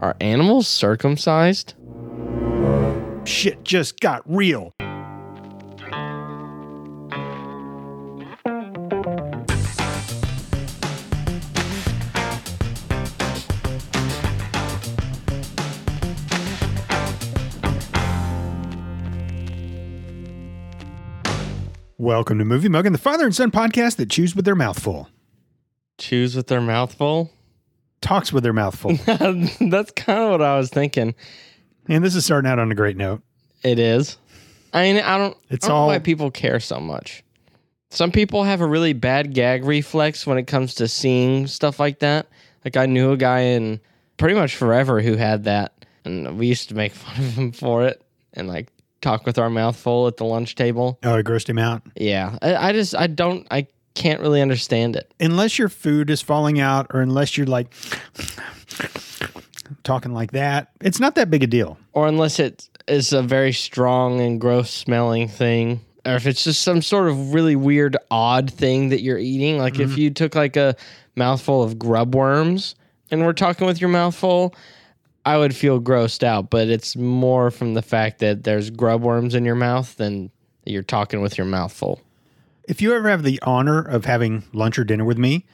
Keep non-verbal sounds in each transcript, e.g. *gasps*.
Are animals circumcised? Shit just got real. Welcome to Movie Mug and the father and son podcast that chews with their mouthful, Choose with their mouth full? *laughs* talks with their mouthful. That's kind of what I was thinking. and this is starting out on a great note. It is. I mean, I don't. It's I don't know all- why people care so much. Some people have a really bad gag reflex when it comes to seeing stuff like that. Like I knew a guy in pretty much forever who had that, and we used to make *laughs* fun of him for it, and like talk with our mouth full at the lunch table. Oh, I grossed him out. Yeah, I, I just I don't I can't really understand it. unless your food is falling out or unless you're like talking like that, it's not that big a deal. or unless it is a very strong and gross smelling thing or if it's just some sort of really weird odd thing that you're eating like Mm-hmm. if you took like a mouthful of grub worms and we're talking with your mouthful i would feel grossed out but it's more from the fact that there's grub worms in your mouth than that you're talking with your mouthful If you ever have the honor of having lunch or dinner with me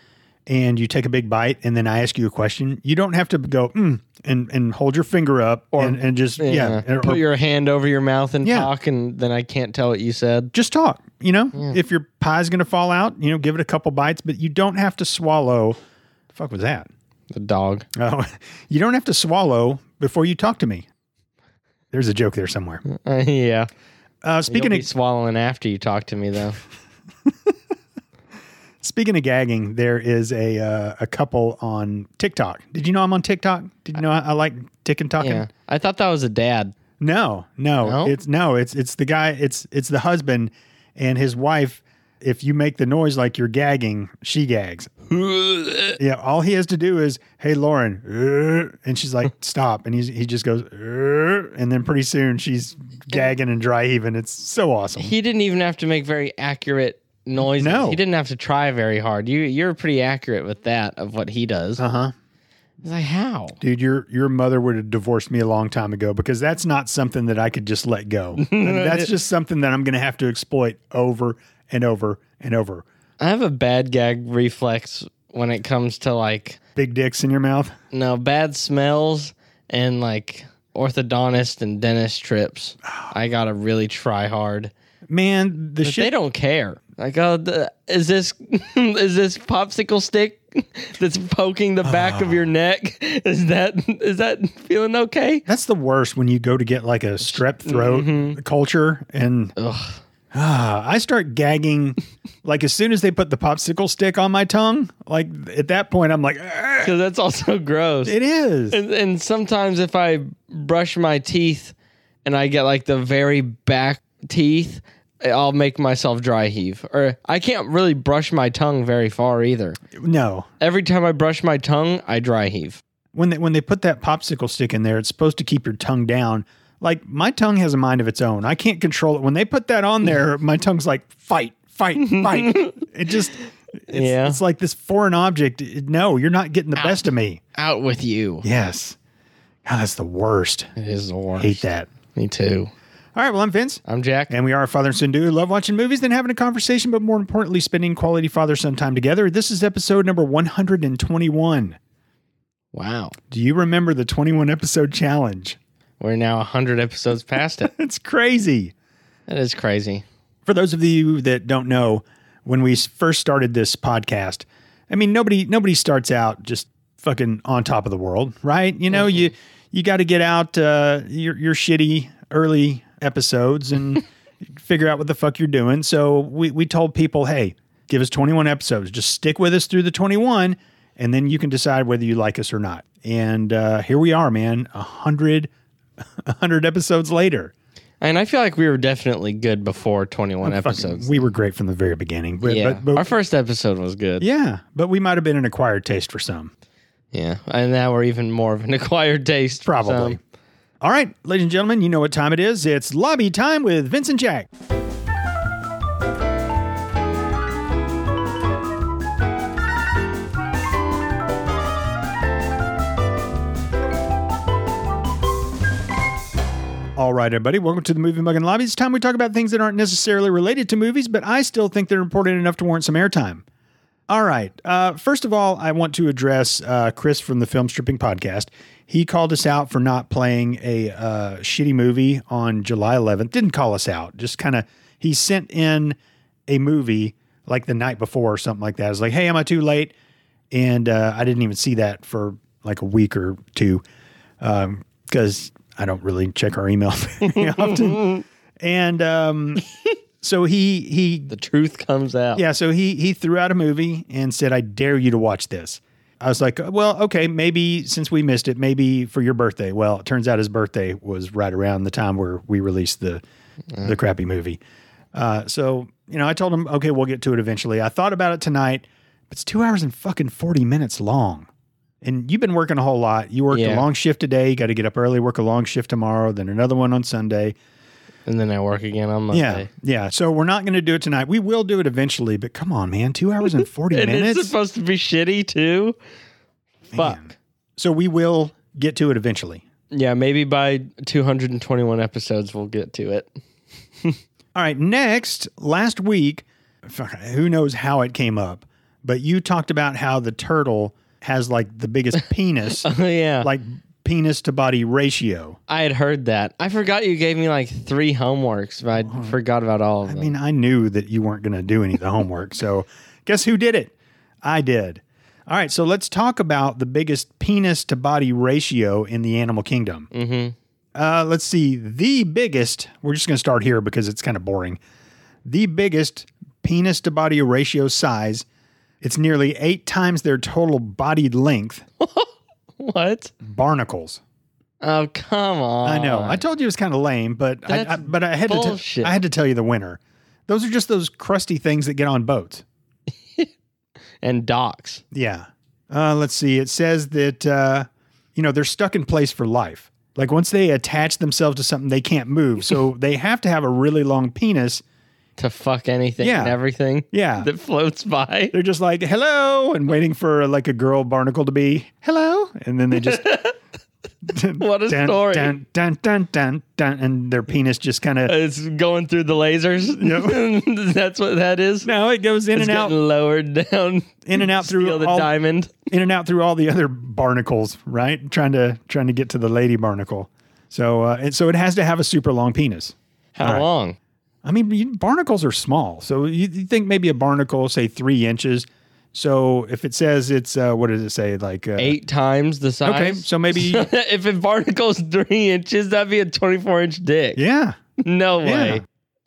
and you take a big bite and then I ask you a question, you don't have to go mm, and and hold your finger up and, and just yeah, or- uh, put or your hand over your mouth and Yeah. talk and then i can't tell what you said just talk, you know? If your pie's going to fall out, you know, give it a couple bites, but you don't have to swallow. The fuck was that? the dog *laughs* Oh, *laughs* you don't have to swallow before you talk to me. There's a joke there somewhere. yeah Uh, You'll speaking be of swallowing after you talk to me *laughs* though Speaking of gagging, there is a uh, a couple on TikTok. Did you know I'm on TikTok? Did you know I, I like tick and talking? Yeah, I thought that was a dad. No, no, No? it's no, it's it's the guy, it's it's the husband and his wife. If you make the noise like you're gagging, she *laughs* gags. Yeah, all he has to do is, "Hey Lauren," "Uh," and she's like, *laughs* "Stop," and he's, he just goes, "Uh," and then pretty soon she's gagging and dry heaving. It's so awesome. He didn't even have to make very accurate noises. No. he didn't have to try very hard. You you're pretty accurate with that of what he does. Uh huh. It's like how? Dude, your your mother would have divorced me a long time ago because that's not something that I could just *laughs* let go. I mean, that's just something that I'm going to have to exploit over and over and over. I have a bad gag reflex when it comes to like Big dicks in your mouth. no bad smells and like orthodontist and dentist trips. I gotta really try hard. Man, the They shit don't care. Like, oh, the, is this *laughs* is this popsicle stick that's poking the back of your neck? Is that is that feeling okay? that's the worst when you go to get like a strep throat mm-hmm. culture and Ah, I *laughs* start gagging like as soon as they put the popsicle stick on my tongue, like at that point I'm like "Ah, Because that's also *laughs* gross. it is. and, and sometimes if I brush my teeth and I get like the very back teeth, I'll make myself dry heave. Or I can't really brush my tongue very far either. No. Every time I brush my tongue, I dry heave. when they when they put that popsicle stick in there, it's supposed to keep your tongue down. Like my tongue has a mind of its own. I can't control it. When they put that on there, my tongue's like fight, fight, *laughs* fight. it just it's, Yeah. it's like this foreign object. It- no, you're not getting the best of me. Out with you. Yes. God, that's the worst. It is the worst. Hate that. Me too. All right, well, I'm Vince. I'm Jack. And we are a father and son duo who love watching movies, then having a conversation, but more importantly, spending quality father son time together. This is episode number 121. Wow. Do you remember the 21 episode challenge? We're now 100 episodes past it. *laughs* It's crazy. That is crazy. for those of you that don't know, when we s- first started this podcast, I mean nobody nobody starts out just fucking on top of the world, right? You Mm-hmm. know, you you got to get out uh, your your shitty early episodes and *laughs* figure out what the fuck you're doing. So we we told people, hey, give us 21 episodes, just stick with us through the 21, and then you can decide whether you like us or not. And uh, here we are, man, a hundred. *laughs* 100 episodes later. And I feel like we were definitely good before 21 episodes. We were great from the very beginning. *laughs* But, yeah. but, but Our first episode was good. Yeah, but we might have been an acquired taste for some. Yeah, and now we're even more of an *laughs* acquired taste. Probably. So, All right, ladies and gentlemen, you know what time it is. It's lobby time with Vincent Jack. right, everybody. Welcome to the Movie Mug and Lobby. It's time we talk about things that aren't necessarily related to movies, but I still think they're important enough to warrant some airtime. All right. Uh, first of all, I want to address uh, Chris from the Film Stripping Podcast. He called us out for not playing a uh, shitty movie on July 11th. Didn't call us out. Just kind of he sent in a movie like the night before or something like that. I was like, "Hey, am I too late?" And uh, I didn't even see that for like a week or two because I don't really check our email *laughs* very often. And um, so he he The truth comes out. yeah, so he he threw out a movie and said, "I dare you to watch this." I was like, "Well, okay, maybe since we missed it, maybe for your birthday." Well, it turns out his birthday was right around the time where we released the the crappy movie. Uh, so you know, I told him, "Okay, we'll get to it eventually." I thought about it tonight, but it's two hours and fucking forty minutes long. And you've been working a whole lot. You worked Yeah. a long shift today. You got to get up early, work a long shift tomorrow, then another one on Sunday. And then I work again on Monday. Yeah, yeah. So we're not going to do it tonight. We will do it eventually, but come on, man, two hours *laughs* and forty And it's minutes. supposed to be shitty too. Fuck. so we will get to it eventually. Yeah, maybe by 221 episodes we'll get to it. *laughs* All right. Next, last week, who knows how it came up, but you talked about how the turtle has like *laughs* the biggest penis, yeah. like penis to body ratio. I had heard that. I forgot you gave me like three homeworks, but I forgot about all of them. I mean, I knew that you weren't going to do any of the homework. So, guess who did it? I did. All right. So, let's talk about the biggest penis to body ratio in the animal kingdom. Mm-hmm. Uh, let's see. The biggest, we're just going to start here because it's kind of boring. The biggest penis to body ratio size, it's nearly eight times their total body length, what? barnacles. Oh, come on. I know. I told you it was kind of lame, but I, That's I- but I had to t- bullshit. I had to tell you the winner. Those are just those crusty things that get on boats. and docs. Yeah. Uh, let's see. It says that uh, you know they're stuck in place for life. Like once they attach themselves to something, they can't *laughs* move. So they have to have a really long penis. to fuck anything Yeah. and everything Yeah. that floats by. They're just like hello and waiting for like a girl barnacle to be hello, and then they just *laughs* What a story. dun, dun dun dun dun, and their penis just kind of It's going through the lasers. *laughs* That's what that is. no, it goes in it's and out, getting lowered down. *laughs* in and out through Feel the all diamond. in and out through all the other barnacles, right? Trying to trying to get to the lady barnacle. So uh, and so it has to have a super long penis. How long? I mean, you, barnacles are small, so you, you think maybe a barnacle, say three inches. So if it says it's uh, what does it say like uh, Eight times the size. *laughs* Okay, so maybe if it barnacle's three inches, that'd be a 24 inch dick. yeah, No way. Yeah.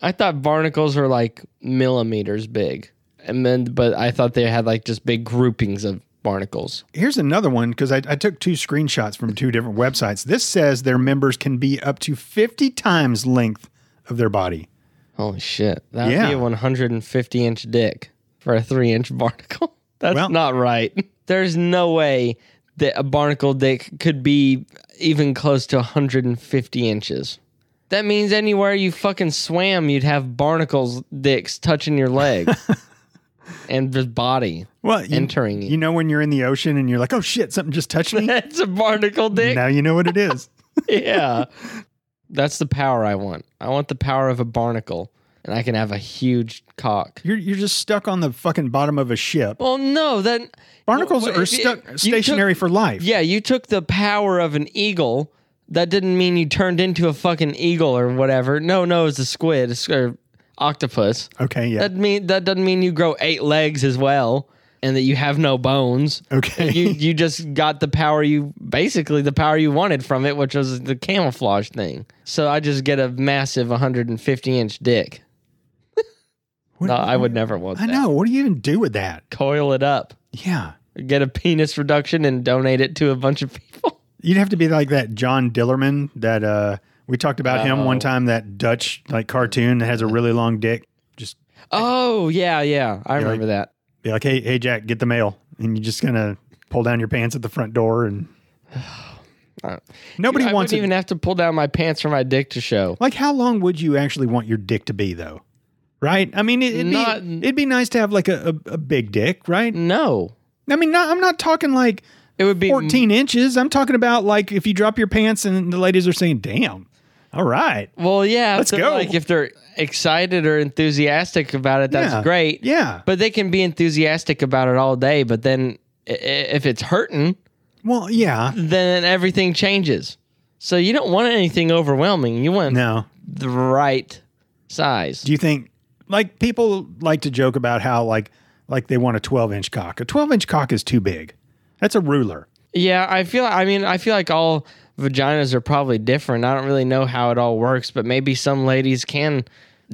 I thought barnacles were like millimeters big. And then, but I thought they had like just big groupings of barnacles. Here's another one because I, I took two screenshots from two different websites. This says their members can be up to 50 times length of their body. Holy Oh, shit. That would Yeah. be a 150 inch dick for a three inch *laughs* barnacle. That's Well- not right. There's no way that a barnacle dick could be even close to 150 inches. That means anywhere you fucking swam, you'd have barnacles dicks touching your *laughs* leg and the body. Well, you, Entering it. *laughs* You know when you're in the ocean and you're like, oh shit, something just touched me. That's a barnacle dick. now you know what it is. *laughs* yeah. That's the power I want. I want the power of a barnacle, and I can have a huge cock. You're you're just stuck on the fucking bottom of a ship. Well, no, then Barnacles Well, are if you- stuck you took- stationary for life. yeah, you took the power of an eagle. That didn't mean you turned into a fucking eagle or whatever. No, no, it's a squid it's- or octopus. Okay. Yeah. That mean that doesn't mean you grow eight legs as well, and that you have no bones. *laughs* okay. *laughs* You you just got the power you basically the power you wanted from it, which was the camouflage thing. So I just get a massive 150 inch dick. What- No, I would never want I that. know. What do you even do with that? Coil it up, Yeah. get a penis reduction, and donate it to a bunch of *laughs* people. You'd have to be like that John Dillerman that uh we talked about him Uh-oh. one time. That Dutch like cartoon that has a really long dick. Just Oh yeah, yeah, I remember that. be like, hey, hey, Jack, get the mail, and you just gonna pull down your pants at the front door, and *sighs* nobody I wants wouldn't it. even have to pull down my pants for my dick to show. Like, how long would you actually want your dick to be, though? Right? I mean, it, it'd Not- be it'd be nice to have like a, a, a big dick, right? No, I mean, not, I'm not talking like it would be 14 inches. I'm talking about like if you drop your pants and the ladies are saying, "Damn, All right. Well, yeah. if Let's they're, go. Like if they're excited or enthusiastic about it, that's Yeah. great. Yeah. But they can be enthusiastic about it all day. But then i- i- if it's hurting, Well, yeah. then everything changes. So you don't want anything overwhelming. You want No. the right size. Do you think like people like to joke about how like like they want a 12 inch cock? A 12 inch cock is too big. That's a ruler. *laughs* Yeah, I feel. I mean, I feel like all vaginas are probably different. I don't really know how it all works, but maybe some ladies can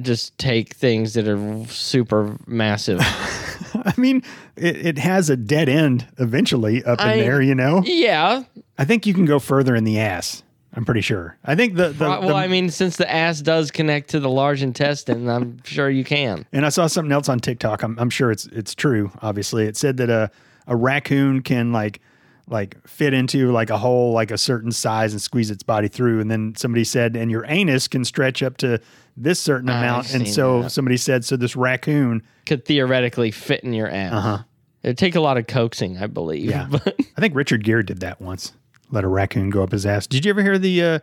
just take things that are super *laughs* massive. I mean, it, it has a dead end eventually up in I- there. You know, yeah. I think you can go further in the ass. I'm pretty sure. I think the, the, Uh, well, the- I mean, since the ass does connect to the large intestine, I'm sure you can. and I saw something else on TikTok. I'm, I'm sure it's it's true. Obviously, it said that a a raccoon can like like fit into like a hole like a certain size and squeeze its body through. And then somebody said, and your anus can stretch up to this certain amount. And seen so somebody said, so this raccoon. Could theoretically fit in your ass. Uh-huh. It'd take a lot of coaxing, I believe. Yeah. *laughs* But *laughs* I think Richard Gere did that once. Let a raccoon go up his ass. Did you ever hear the uh,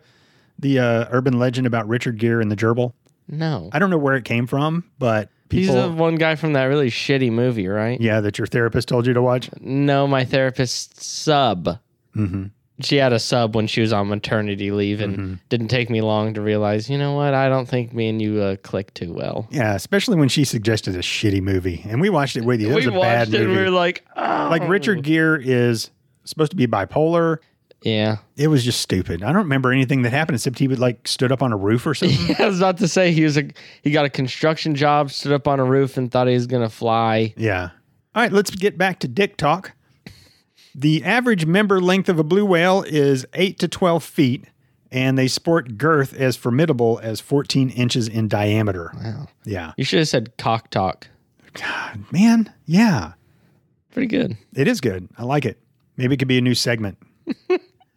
the uh, urban legend about Richard Gere and the gerbil? no. I don't know where it came from, but He's people, the one guy from that really shitty movie, right? yeah, that your therapist told you to watch. Mm-hmm. No, my therapist sub. She had a sub when she was on maternity leave, and didn't take me long to realize. You know what? I don't think me and you uh, click too well. Yeah, especially when she suggested a shitty movie, and we watched it with you. It was we a bad watched it, and we were movie. like, oh. like Richard Gere is supposed to be bipolar. yeah. *laughs* It was just stupid. I don't remember anything that happened except he would like stood up on a roof *laughs* or something. I was about to say he was a he got a construction job, stood up on a roof, and thought he was gonna fly. Yeah. All right, let's get back to dick talk. The average member length of a blue whale is 8 to 12 feet, and they sport girth as formidable as 14 inches in diameter. Wow. Yeah. You should have said cock talk. God, man. Yeah. Pretty good. It is good. I like it. Maybe it could be a new segment.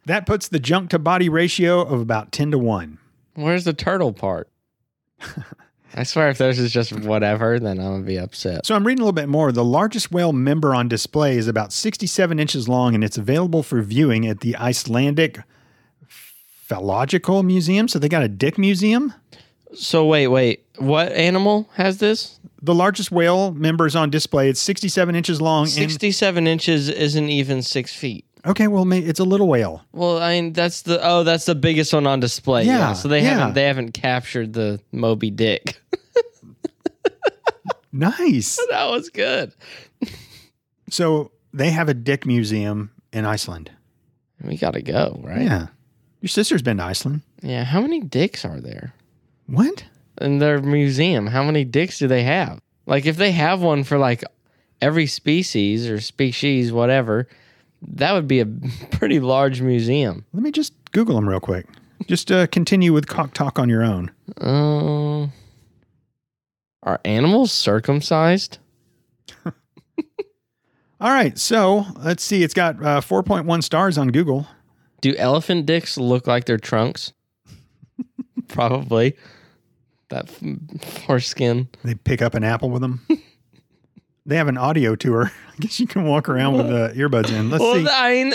that puts the junk to body ratio of about 10 to 1. Where's the turtle *laughs* part? I swear, if theirs is just whatever, then I'm gonna be upset. So I'm reading a little bit more. The largest whale member on display is about 67 inches long, and it's available for viewing at the Icelandic Phallogical Museum. So they got a dick museum. So wait, wait, what animal has this? The largest whale member is on display. It's 67 inches long. 67 inches isn't even six feet. and okay, well, may- it's a little whale. Well, I mean that's the oh that's the biggest one on display. Yeah, Yeah, so they yeah. haven't they haven't captured the Moby Dick. *laughs* Nice. that was good. So they have a dick museum in Iceland. We gotta go right. Yeah. Yeah. Your sister's been to Iceland. How many dicks are there What? in their museum? How many dicks do they have? Like if they have one for like every species or species whatever, that would be a *laughs* pretty large museum. Let me just Google them real quick. Just uh, continue with cock talk on your own. Um, are animals circumcised? All right. So let's see. It's got uh, 4.1 stars on Google. Do elephant dicks look like their *laughs* trunks? Probably. That f- foreskin. They pick up an apple with them. *laughs* they have an audio tour. *laughs* I guess you can walk around with *laughs* uh, earbuds in. Let's see. Well, I mean,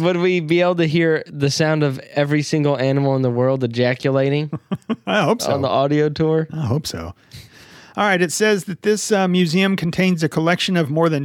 would we be able to hear the sound of every single animal in the world *laughs* ejaculating I hope so. on the audio tour? I hope so. All right. It says that this uh, museum contains a collection of more than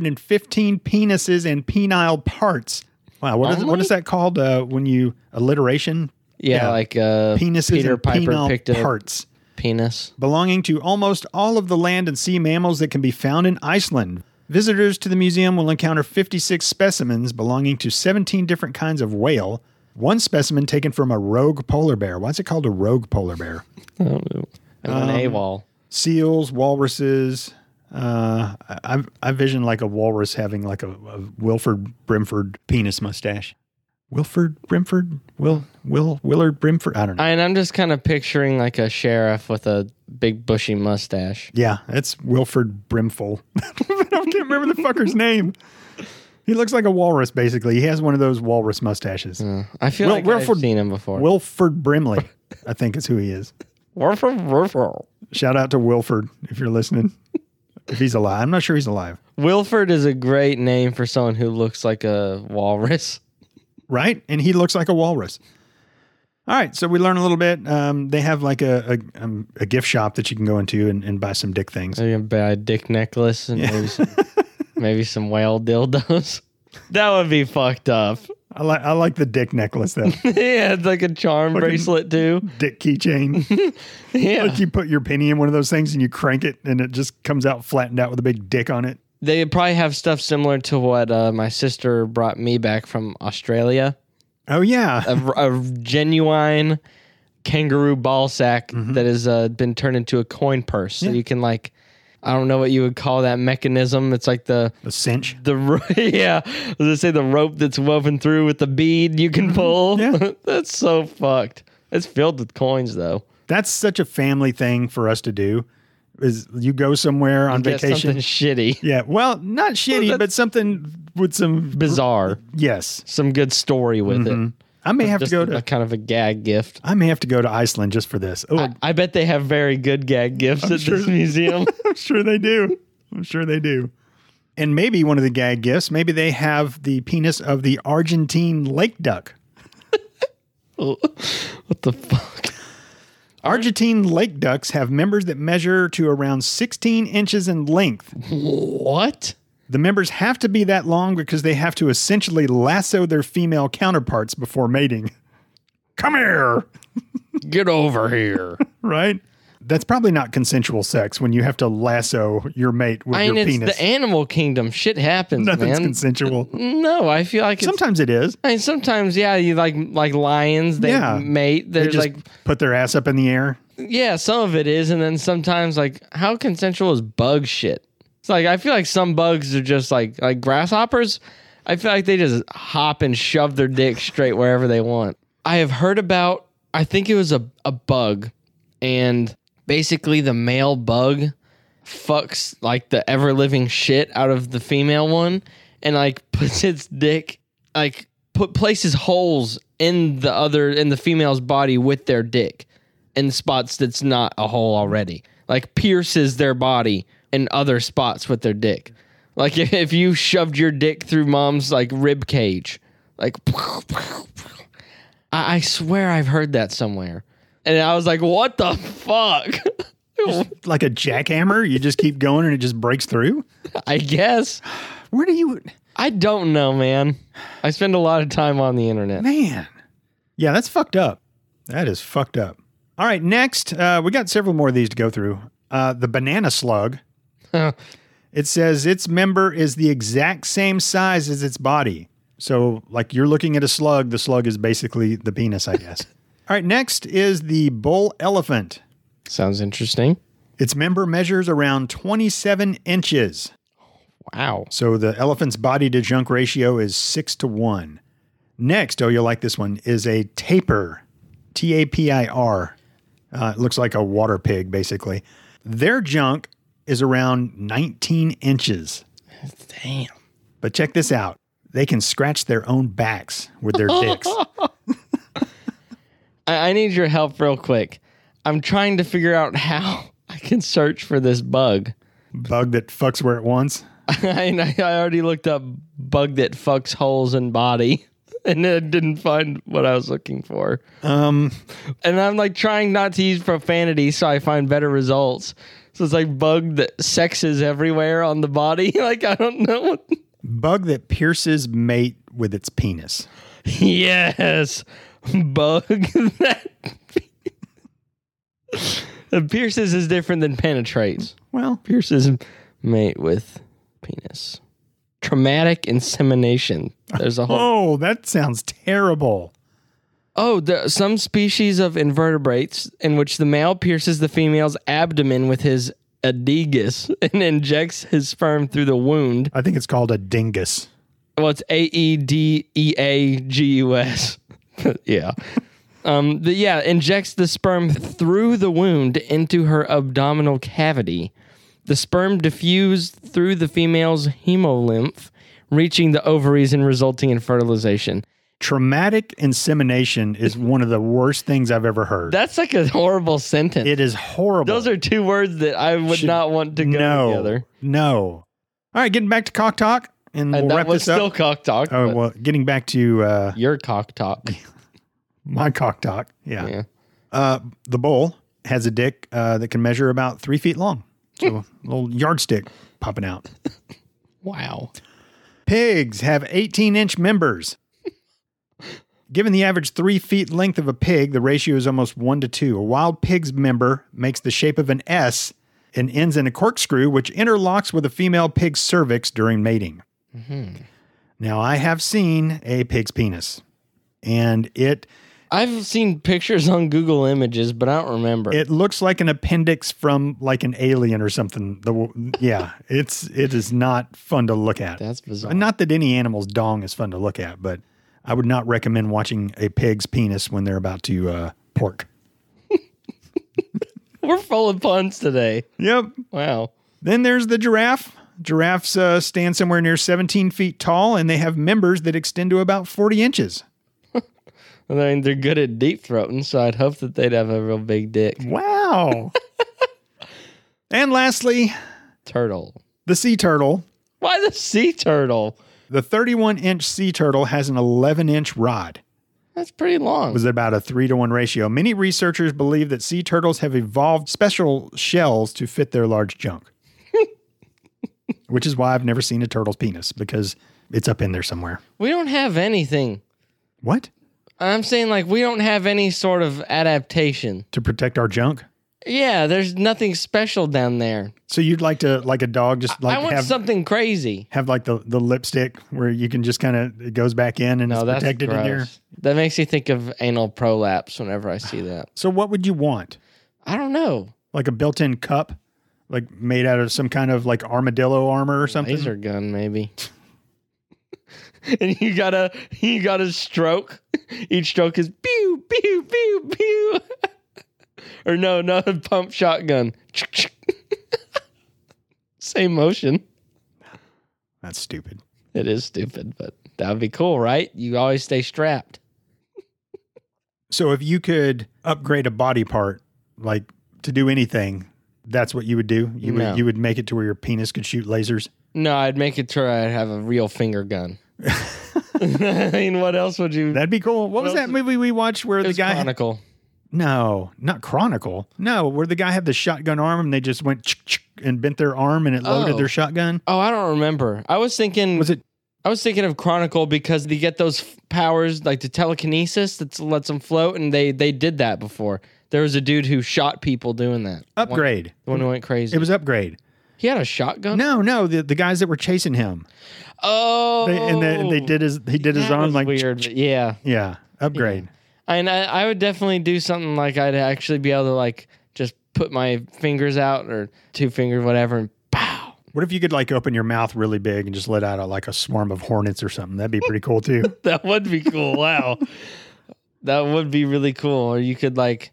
215 penises and penile parts. Wow. What is, Oh what my- is that called uh, when you alliteration? Yeah, Yeah. like uh, Penises Peter and Piper penile picked a parts. penis. belonging to almost all of the land and sea mammals that can be found in Iceland. Visitors to the museum will encounter 56 specimens belonging to 17 different kinds of whale. One specimen taken from a rogue polar bear. Why is it called a rogue polar bear? I don't know. And Oh, an AWOL. Seals, walruses. Uh, I, I- I vision like a walrus having like a, a Wilford Brimford penis mustache. Wilford Brimford? Will Will Willard Brimford? I don't know. I And I'm just kind of picturing like a sheriff with a big bushy mustache. Yeah, that's Wilford Brimful. *laughs* I can't remember the fucker's name. He looks like a walrus, basically. He has one of those walrus mustaches. Uh, I feel Wil- like Wilford- I've seen him before. Wilford Brimley, I think is who he is. Wilford, Wilford. Shout out to Wilford if you're listening. if he's alive, I'm not sure he's alive, Wilford is a great name for someone who looks like a walrus. right? And he looks like a walrus. All right, so we learn a little bit. Um, they have like a a, um, a gift shop that you can go into and, and buy some dick things. Maybe a bad dick necklace and maybe, some, maybe some whale dildos. *laughs* That would be fucked up. *laughs* I like I like the dick necklace though, yeah, it's like a charm bracelet too. *laughs* dick keychain. Yeah. *laughs* Like you put your penny in one of those things and you crank it and it just comes out flattened out with a big dick on it. they probably have stuff similar to what uh, my sister brought me back from Australia. Oh yeah, A, a genuine kangaroo ball sack that has uh, been turned into a coin purse. So you can like, I don't know what you would call that mechanism. It's like the a cinch. the ro- *laughs* yeah, I was gonna say the rope that's woven through with the bead you can pull. Mm-hmm. Yeah. *laughs* that's so fucked. It's filled with coins though. That's such a family thing for us to do. Is you go somewhere on Get vacation? something shitty, *laughs* Yeah, well, not shitty, but something with some. bizarre, Yes, some good story with it. I may have to Just Mm-hmm. go a to. kind of a gag gift. I may have to go to Iceland just for this. Oh, I, I bet they have very good gag gifts at this museum. *laughs* *laughs* I'm sure they do. I'm sure they do. And maybe one of the gag gifts, maybe they have the penis of the Argentine lake duck. what the fuck? Mm-hmm. Argentine lake ducks have members that measure to around 16 inches in length. What? The members have to be that long because they have to essentially lasso their female counterparts before mating. Come here, Get over *laughs* here. right? That's probably not consensual sex when you have to lasso your mate with I mean, your it's *laughs* penis. the animal kingdom. Shit happens, Nothing's man. consensual. no, I feel like it's. Sometimes it is. I mean, sometimes, yeah, you like like lions. They Yeah. mate. There's They just like, put their ass up in the air. yeah, some of it is, and then sometimes like, how consensual is bug shit? It's like I feel like some bugs are just like like grasshoppers. I feel like they just hop and shove their dick straight wherever they want. I have heard about. I think it was a a bug, and basically the male bug fucks like the ever living shit out of the female one, and like *laughs* puts its dick like put places holes in the other in the female's body with their dick in spots that's not a hole already. Like pierces their body in other spots with their dick. Like *laughs* if, if you shoved your dick through mom's like rib cage, like I, I swear I've heard that somewhere. And I was like, what the fuck? *laughs* like a jackhammer. You just keep going and it just breaks through. I guess. Where do you, I don't know, man. I spend a lot of time on the internet. man? Yeah, that's fucked up. That is fucked up. All right, next, uh, we got several more of these to go through. Uh, the banana slug. it says its member is the exact same size as its body. So, like you're looking at a slug, the slug is basically the penis, I guess. All right, next is the bull elephant. Sounds interesting. Its member measures around 27 inches. Wow. So the elephant's body to junk ratio is six to one. Next, oh, you'll like this one, is a tapir, T A P I R. Uh, it looks like a water pig, basically. Their junk is around 19 inches. Damn. But check this out they can scratch their own backs with their dicks. I, I need your help real quick. I'm trying to figure out how *laughs* I can search for this bug. *laughs* Bug that fucks where it wants. And I, I already looked up bug that fucks holes in body *laughs* and it didn't find what I was looking for. Um, And I'm like trying not to use profanity so I find better results. So it's like bug that sexes everywhere on the body. *laughs* like I don't know what bug that pierces mate with its penis. Yes, bug *laughs* that Uh, pierces is different than penetrates. Well, Pierces mate with penis. Traumatic insemination. There's a *laughs* whole. oh, that sounds terrible. Oh, there are some species of invertebrates in which the male pierces the female's abdomen with his adegus and *laughs* injects his sperm through the wound. I think it's called a dingus. Well, it's A E D E A G U S. *laughs* Yeah. Um, the, yeah, injects the sperm through the wound into her abdominal cavity. The sperm diffused through the female's hemolymph, reaching the ovaries and resulting in fertilization. Traumatic insemination *laughs* is one of the worst things I've ever heard. That's like a horrible sentence. it is horrible. Those are two words that I would Should- not want to go no, together. no. All right, getting back to cock talk, and, And we'll that wrap was this Oh, still up. cock talk. Oh but well, getting back to uh, Your cock talk. My cock talk. Yeah. Yeah. Uh, the bowl has a dick uh, that can measure about three feet long. *laughs* So a little yardstick popping out. Wow. Pigs have 18 inch members. Given the average three feet length of a pig, the ratio is almost one to two. A wild pig's member makes the shape of an S and ends in a corkscrew, which interlocks with a female pig's cervix during mating. Now, I have seen a pig's penis, and it I've seen pictures on Google Images, but I don't remember. it looks like an appendix from like an alien or something. The yeah, it's it is not fun to look at. That's bizarre. Not that any animal's dong is fun to look at, but I would not recommend watching a pig's penis when they're about to uh, pork. We're full of puns today. Yep. Wow. Then there's the giraffe. Giraffes uh, stand somewhere near 17 feet tall, and they have members that extend to about 40 inches. I mean, they're good at deep throating, so I'd hope that they'd have a real big dick. Wow. *laughs* and lastly, Turtle. the sea turtle. Why the sea turtle? The 31 inch sea turtle has an 11 inch rod. That's pretty long. was about a three to one ratio. Many researchers believe that sea turtles have evolved special shells to fit their large junk, *laughs* which is why I've never seen a turtle's penis because it's up in there somewhere. we don't have anything. What? I'm saying like we don't have any sort of adaptation. To protect our junk? Yeah, there's nothing special down there. So you'd like to, like a dog, just like I want have something crazy. have like the the lipstick where you can just kind of it goes back in and No, it's that's protected gross. in there. That makes me think of anal prolapse whenever I see that. So what would you want? I don't know. Like a built-in cup, like made out of some kind of like armadillo armor or something. Laser gun maybe. *laughs* and you got to you got to stroke. Each stroke is pew pew pew pew. *laughs* or no, no, pump shotgun. *laughs* Same motion. That's stupid. It is stupid, but that would be cool, right? You always stay strapped. So if you could upgrade a body part, like to do anything, that's what you would do. You No. would you would make it to where your penis could shoot lasers. No, I'd make it to where I'd have a real finger gun. *laughs* I mean, what else would you? That'd be cool. What was Well, that movie we watched where the It's guy? chronicle. no, not Chronicle. No, where the guy had the shotgun arm and they just went ch-ch and bent their arm and it loaded Oh. their shotgun. Oh, I don't remember. I was thinking. Was it? I was thinking of Chronicle because they get those f- powers like the telekinesis that lets them float, and they they did that before. There was a dude who shot people doing that. One- Upgrade. the one who went crazy. It was upgrade. he had a shotgun. No, no, the, the guys that were chasing him. Oh, They, and, they, and they did his he did his That arm was like ch- weird. but Yeah. yeah, upgrade. And I, I would definitely do something like I'd actually be able to like just put my fingers out or two fingers, whatever, and pow. What if you could like open your mouth really big and just let out a, like a swarm of hornets or something? That'd be pretty cool too. *laughs* That would be cool. Wow, that would be really cool. Or you could like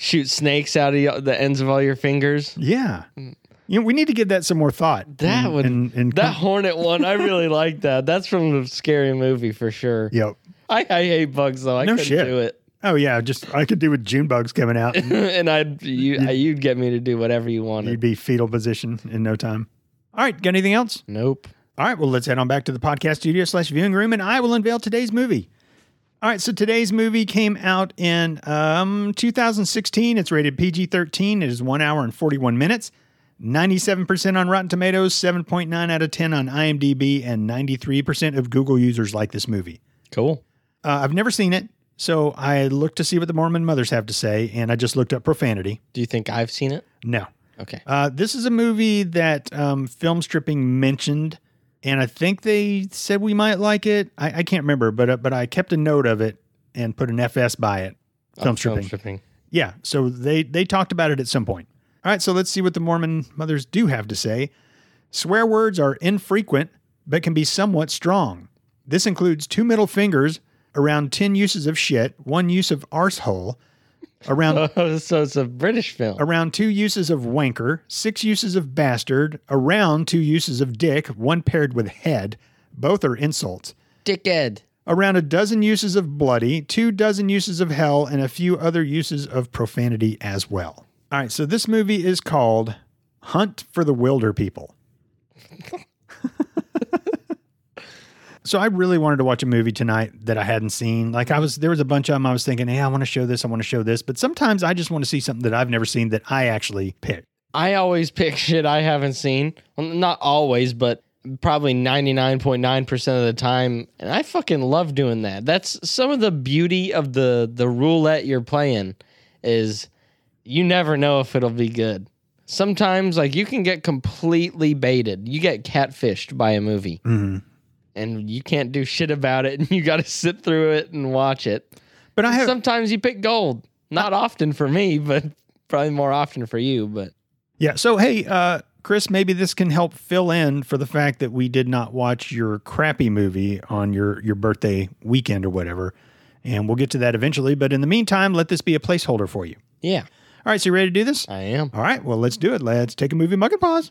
shoot snakes out of y- the ends of all your fingers. Yeah. You know, we need to give that some more thought. That And- would- and, and *laughs* That come- hornet one, I really like that. That's from a scary movie for sure. yep. I, I hate bugs though. I No couldn't shit. do it. *laughs* Oh yeah, just I could do with June bugs coming out. and and I'd you, you'd get me to do whatever you You'd wanted. be fetal position in no time. All right, got anything else? Nope. All right, well let's head on back to the podcast studio slash viewing room, and I will unveil today's movie. All right, so today's movie came out in um, 2016. It's rated PG-13. It is one hour and 41 minutes. 97% on Rotten Tomatoes, 7.9 out of 10 on IMDb, and 93% of Google users like this movie. Cool. Uh, I've never seen it, so I looked to see what the Mormon mothers have to say, and I just looked up profanity. Do you think I've seen it? No. Okay. Uh, this is a movie that um, Film Stripping mentioned, and I think they said we might like it. I, I can't remember, but uh, but I kept a note of it and put an FS by it. Film Stripping. stripping. Yeah, so they they talked about it at some point. All right, so let's see what the Mormon mothers do have to say. Swear words are infrequent but can be somewhat strong. This includes two middle fingers, around 10 uses of shit, one use of arsehole, around *laughs* Oh, so it's a British film. around two uses of wanker, six uses of bastard, around two uses of dick, one paired with head. Both are insults Dickhead. around a dozen uses of bloody, two dozen uses of hell, and a few other uses of profanity as well. All right, so this movie is called Hunt for the Wilder People. *laughs* So I really wanted to watch a movie tonight that I hadn't seen. Like I was, there was a bunch of them. I was thinking, hey, I want to show this. I want to show this. But sometimes I just want to see something that I've never seen that I actually picked. I always pick shit I haven't seen. Well, not always, but probably 99.9% of the time. And I fucking love doing that. That's some of the beauty of the the roulette you're playing is you never know if it'll be good. Sometimes like you can get completely baited. You get catfished by a movie Mhm. and you can't do shit about it *laughs* and you got to sit through it and watch it. But I have Sometimes you pick gold. Not often for me, but probably more often for you, but Yeah. So, hey, uh, Chris, maybe this can help fill in for the fact that we did not watch your crappy movie on your, your birthday weekend or whatever. And we'll get to that eventually. But in the meantime, let this be a placeholder for you. yeah, All right. So, you ready to do this? I am. All right. Well, let's do it. Let's take a movie mug and pause.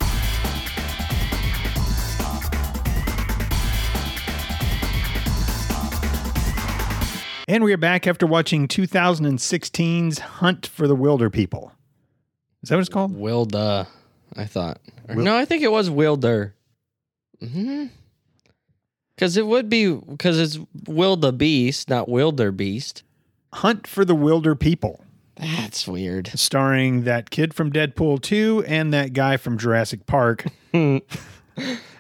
And we are back after watching 2016's Hunt for the Wilder People. Is that what it's called? Wilda, I thought. Or- Wil- no, I think it was Wilder. Hmm. Because it would be because it's Wilda Beast, not Wilder Beast. Hunt for the Wilder People, That's weird. starring that kid from Deadpool 2 and that guy from *laughs* Jurassic Park,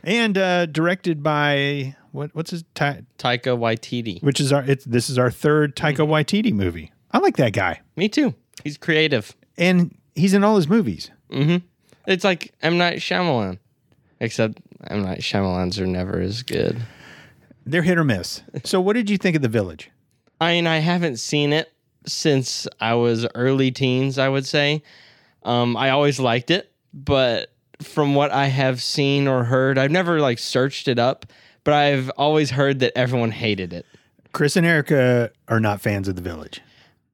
and uh, directed by what? What's his? Ti- Taika Waititi. which is our? It's this is our third Taika Waititi movie. I like that guy, Me too. He's creative. and he's in all his movies. Mm-hmm. It's like M Night Shyamalan, except M Night Shyamalan's are never as good. They're hit or miss. So, what did you think of The Village? I mean, I haven't seen it since I was early teens, I would say. Um, I always liked it, but from what I have seen or heard, I've never like searched it up, but I've always heard that everyone hated it. Chris and Erica are not fans of The Village.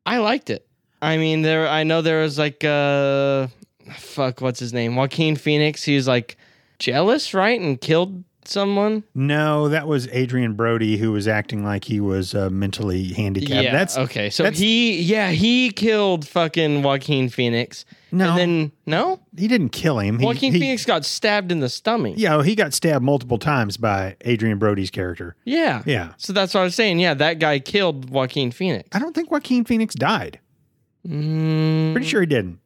I liked it. I mean, there I know there was like uh fuck, what's his name? Joaquin Phoenix, he was like jealous, right? And killed someone. No, that was Adrian Brody who was acting like he was uh, mentally handicapped. yeah. That's okay. So that's- he yeah, he killed fucking Joaquin Phoenix. no, And then no? he didn't kill him. He, Joaquin he- Phoenix got stabbed in the stomach. Yeah, he got stabbed multiple times by Adrian Brody's character. Yeah. Yeah. So that's what I was saying. Yeah, that guy killed Joaquin Phoenix. I don't think Joaquin Phoenix died. Mm, Pretty sure he didn't.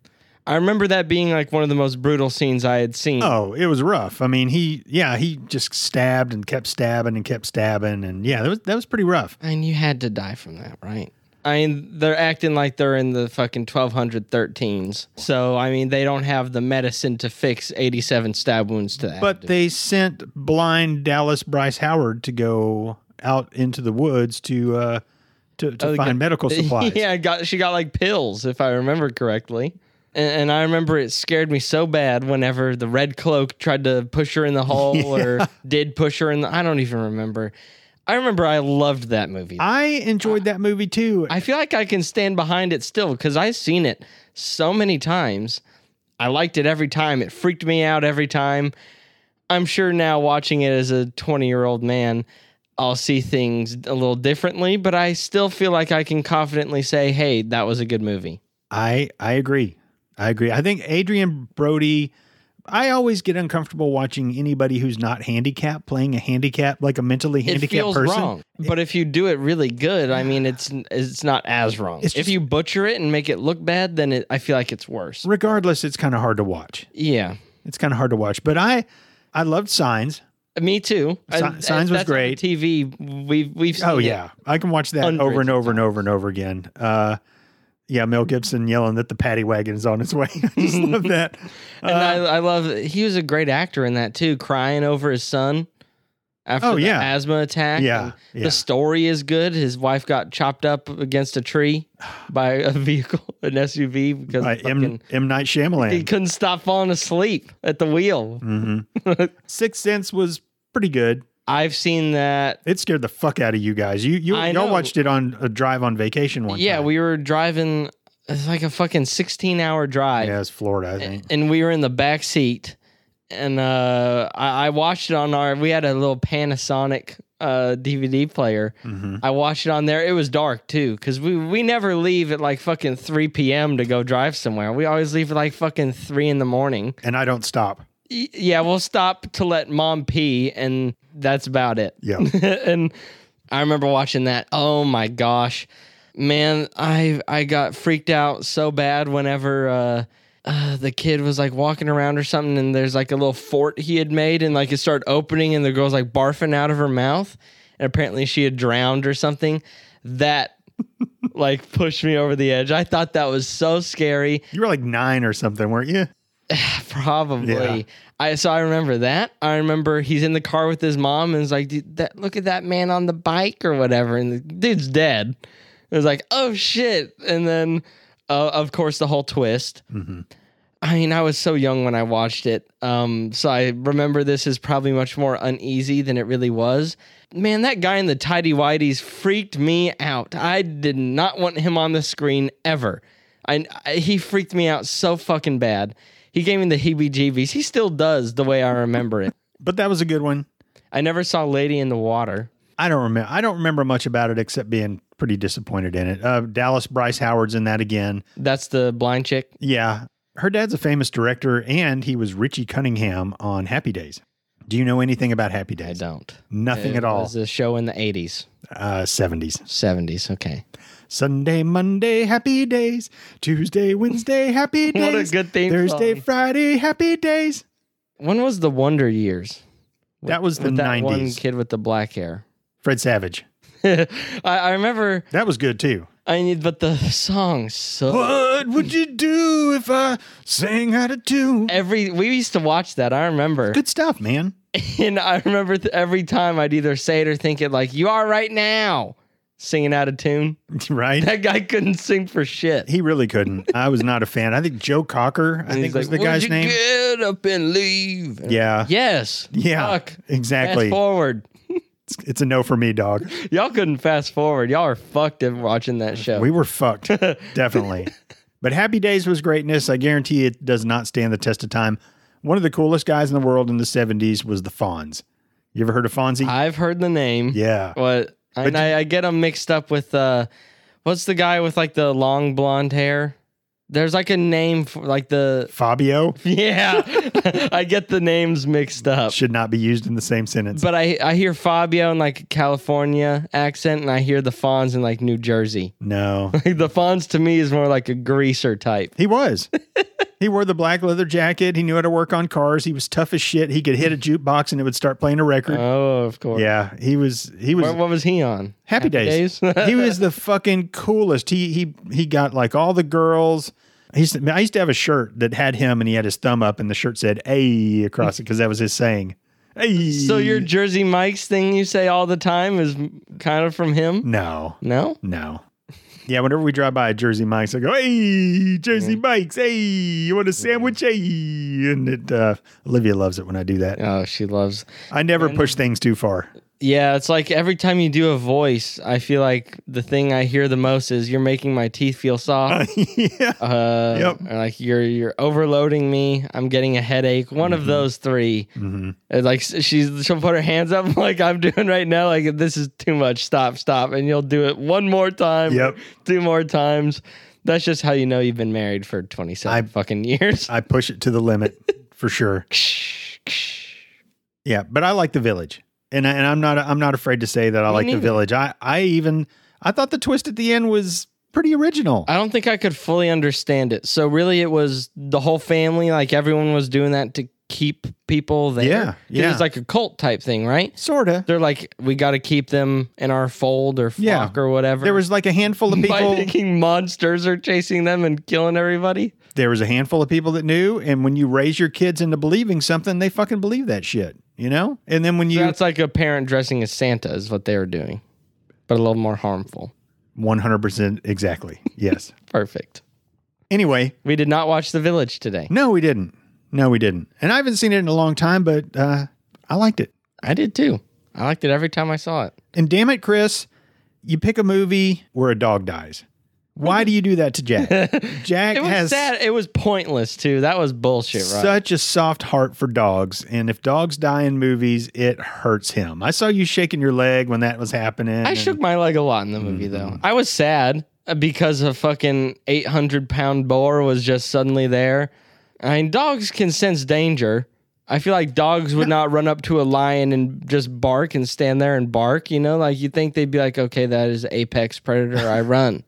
I remember that being like one of the most brutal scenes I had seen. Oh, it was rough. I mean, he yeah, he just stabbed and kept stabbing and kept stabbing and yeah, that was that was pretty rough. And you had to die from that, right? I mean, they're acting like they're in the fucking 1213s. So, I mean, they don't have the medicine to fix 87 stab wounds to that. But they sent blind Dallas Bryce Howard to go out into the woods to uh to, to Oh, the find guy- *laughs* medical supplies. yeah, got she got like pills, if I remember correctly. And, and I remember it scared me so bad whenever the red cloak tried to push her in the hole *laughs* or did push her in the. I don't even remember. I remember I loved that movie. I, I enjoyed that movie too. feel like I can stand behind it still because I've seen it so many times. I liked it every time. It freaked me out every time. I'm sure now watching it as a 20 year old man, I'll see things a little differently, but I still feel like I can confidently say, hey, that was a good movie. I I agree. I agree. I think Adrian Brody. I always get uncomfortable watching anybody who's not handicapped playing a handicap like a mentally It handicapped feels person. wrong, but if you do it really good, I mean, it's it's not as wrong. It's if just- you butcher it and make it look bad, then it, I feel like it's worse. Regardless, it's kind of hard to watch. Yeah, It's kind of hard to watch. But I I loved Signs. me too. Si- And- Signs and was that's on great. TV, we've we've seen Oh it. yeah, I can watch that Hundreds over and of over and over and over again. Uh, yeah, Mel Gibson yelling that the paddy wagon is on its way. *laughs* I *laughs* just love that. Uh, and I, I love he was a great actor in that too, crying over his son after Oh, the yeah. asthma attack. Yeah, And yeah. the story is good. His wife got chopped up against a *sighs* tree by a vehicle, *laughs* an SUV, because By Uh, M, fucking- M Night he Shyamalan. couldn't stop falling asleep at the wheel. Mm-hmm. Sixth Sense was pretty good. I've seen that. It scared the fuck out of you guys. You you I y'all know. watched it on a drive on vacation one yeah, time. we were driving. It's like a fucking sixteen-hour drive. yeah, it's Florida. I think and we were in the back seat and uh, I, I watched it on our we had a little panasonic uh, dvd player Mm-hmm. i watched it on there it was dark too because we, we never leave at like fucking 3 p.m to go drive somewhere we always leave at like fucking 3 in the morning and I don't stop. y- yeah, we'll stop to let mom pee, and that's about it. *laughs* Yeah. and I remember watching that. Oh my gosh, man, I I got freaked out so bad whenever. Uh, uh, the kid was like walking around or something, and there's like a little fort he had made, and like it started opening, and the girl's like barfing out of her mouth, and apparently she had drowned or something. That *laughs* like pushed me over the edge. I thought that was so scary. You were like nine or something, weren't you? *sighs* Probably. Yeah. I so I remember that. I remember he's in the car with his mom and is like, "Dude, that look at that man on the bike or whatever," and the dude's dead. It was like, "Oh shit!" And then, uh, of course, the whole twist. I mean, I was so young when I watched it, um, so I remember this is probably much more uneasy than it really was. Man, that guy in the tidy whities freaked me out. I did not want him on the screen ever. I, I- he freaked me out so fucking bad. He gave me the heebie-jeebies. He still does the way I remember it. But that was a good one. I never saw Lady in the Water. I don't remember. I don't remember much about it except being pretty disappointed in it. Uh, Dallas Bryce Howard's in that again. That's the blind chick. Yeah, her dad's a famous director, and he was Richie Cunningham on Happy Days. Do you know anything about Happy I Days? don't. Nothing It at all. was a show in the 80s, Uh, 70s. 70s. Okay. Sunday, Monday, happy days. Tuesday, Wednesday, happy days. *laughs* What a good theme Thursday, song. Friday, happy days. When was the Wonder Years? That was the With that one 90s. kid with the black hair. *laughs* Fred Savage. I, I remember. That was good too. I need, but the song so *gasps* What would you do if I sang out of tune? every we used to watch that. I remember, Good stuff, man. *laughs* *laughs* and I remember th- every time I'd either say it or think it, like "You are right now," singing out of tune. *laughs* right? That guy couldn't sing for shit. He really couldn't. I was not a fan. I think Joe Cocker, I And think he's was the "Would guy's you name. Get up and leave. And Yeah. I'm like, Yes. Yeah. Fuck. Fast Exactly. forward. It's, it's a no for me, dog. Y'all couldn't fast forward. Y'all are fucked in watching that show. We *laughs* were fucked. Definitely. But Happy Days was greatness. I guarantee it does not stand the test of time. One of the coolest guys in the world in the 70s was the Fonz. You ever heard of Fonzie? I've heard the name. yeah. What? And I, I get them mixed up with uh, what's the guy with like the long blonde hair? There's like a name for like *laughs* the Fabio yeah. *laughs* I get the names mixed up. should not be used in the same sentence. But I I hear Fabio in like a California accent, and I hear the Fonz in like New Jersey. *laughs* No. Like the Fonz to me is more like a greaser type. *laughs* He was. he wore the black leather jacket. He knew how to work on cars. He was tough as shit. He could hit a jukebox and it would start playing a record. Oh, of course. yeah, he was he was What, what was he on? Happy, Days. he was the fucking coolest. He he he got like all the girls. He's, I used to have a shirt that had him and he had his thumb up and the shirt said "Hey" across it because that was his saying. *laughs* Hey. so your Jersey Mike's thing you say all the time is kind of from him? no No. no. Yeah, whenever we drive by Jersey Mike's, I go, "Hey, Jersey Mm-hmm. Mike's! Hey, you want a sandwich? Hey!" And it, uh, Olivia loves it when I do that. Oh, she loves. I never push things too far. *laughs* Yeah, it's like every time you do a voice, I feel like the thing I hear the most is you're making my teeth feel *laughs* soft. yeah. Uh, Yep. or like you're you're overloading me. I'm getting a headache. One Mm-hmm. of those 3 And like s- she's she'll put her hands up *laughs* like I'm doing right now. Like this is too much. Stop, stop. And you'll do it one more time. Yep. Two more times. That's just how you know you've been married for 27 I- fucking *laughs* years. I push it to the limit *laughs* for sure. Yeah, but I like the village, and I, and I'm not I'm not afraid to say that I like the neither. village. I I even I thought the twist at the end was pretty original. I don't think I could fully understand it. So really, it was the whole family. Like everyone was doing that to keep people there. Yeah, 'Cause yeah. It's like a cult type thing, right? Sorta. They're like, we got to keep them in our fold or flock Yeah. or whatever. There was like a handful of *laughs* by people. thinking monsters are chasing them and killing everybody. There was a handful of people that knew, and when you raise your kids into believing something, they fucking believe that shit, you know. And then when you That's like a parent dressing as Santa is what they were doing, but a little more harmful. 100 percent exactly yes. *laughs* Perfect. anyway, We did not watch The Village today. no, we didn't. No, we didn't. And I haven't seen it in a long time, but uh, I liked it. I did too. I liked it every time I saw it. And damn it, Chris, you pick a movie where a dog dies. Why do you do that to *laughs* Jack? Jack It was has sad. It was pointless too. That was bullshit, right? such a soft heart for dogs. And if dogs die in movies, it hurts him. I saw you shaking your leg when that was happening. I and- Mm-hmm. shook my leg a lot in the movie, though. I was sad uh, because a fucking 800 pound boar was just suddenly there. I mean, dogs can sense danger. I feel like dogs would not run up to a lion and just bark and stand there and bark. You know, like you think they'd be like, okay, that is apex predator. *laughs* I run.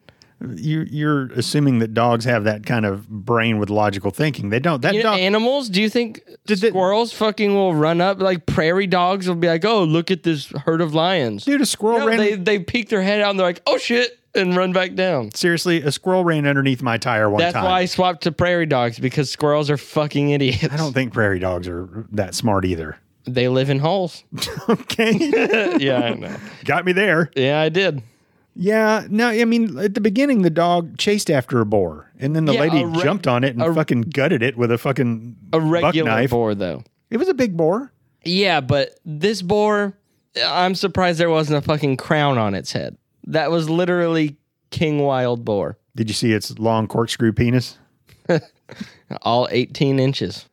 You, you're assuming that dogs have that kind of brain with logical thinking. They don't. That You know, dog. animals? Do you think Did the- squirrels fucking will run up like prairie dogs will be like, oh, look at this herd of lions? Dude, a squirrel No, ran. they they peek their head out and they're like, oh shit, and run back down. seriously, a squirrel ran underneath my tire one That's time. why I swapped to prairie dogs because squirrels are fucking idiots. I don't think prairie dogs are that smart either. *laughs* *laughs* They live in holes. *laughs* Okay, yeah, I know. got me there. Yeah, I did. Yeah, no, I mean, at the beginning, the dog chased after a boar, and then the Yeah, lady a re- jumped on it and fucking gutted it with a fucking A buck regular knife. boar though. It was a big boar. Yeah, but this boar, I'm surprised there wasn't a fucking crown on its head. That was literally King Wild Boar, Did you see its long corkscrew penis? all 18 inches.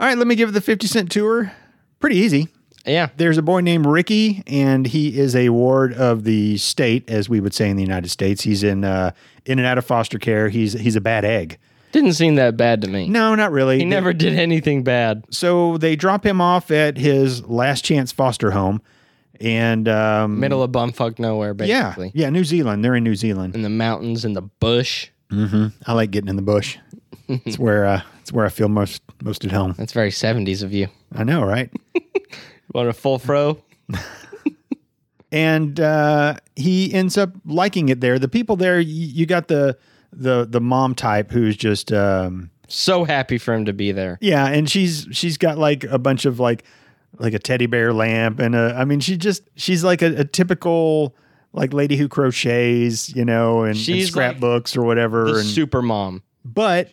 All right, let me give the 50 Cent tour. Pretty easy. Yeah. There's a boy named Ricky, and he is a ward of the state, as we would say in the United States. He's in uh, in and out of foster care. He's he's a bad egg. Didn't seem that bad to me. No, not really. He never did anything bad. So they drop him off at his last chance foster home, and um, Middle of bumfuck nowhere, yeah, basically. yeah, New Zealand. They're in New Zealand. In the mountains, in the bush. hmm I like getting in *laughs* the bush. it's where uh, it's where I feel most most at home. That's very 70s of you. I know, right? Want a full fro? and uh, he ends up liking it there. The people there, y- you got the the the mom type who's just um, So happy for him to be there. yeah, and she's she's got like a bunch of like like a teddy bear lamp and a, I mean she just she's like a, a typical like lady who crochets, you know, and, and She's like scrapbooks or whatever. The And, super mom. but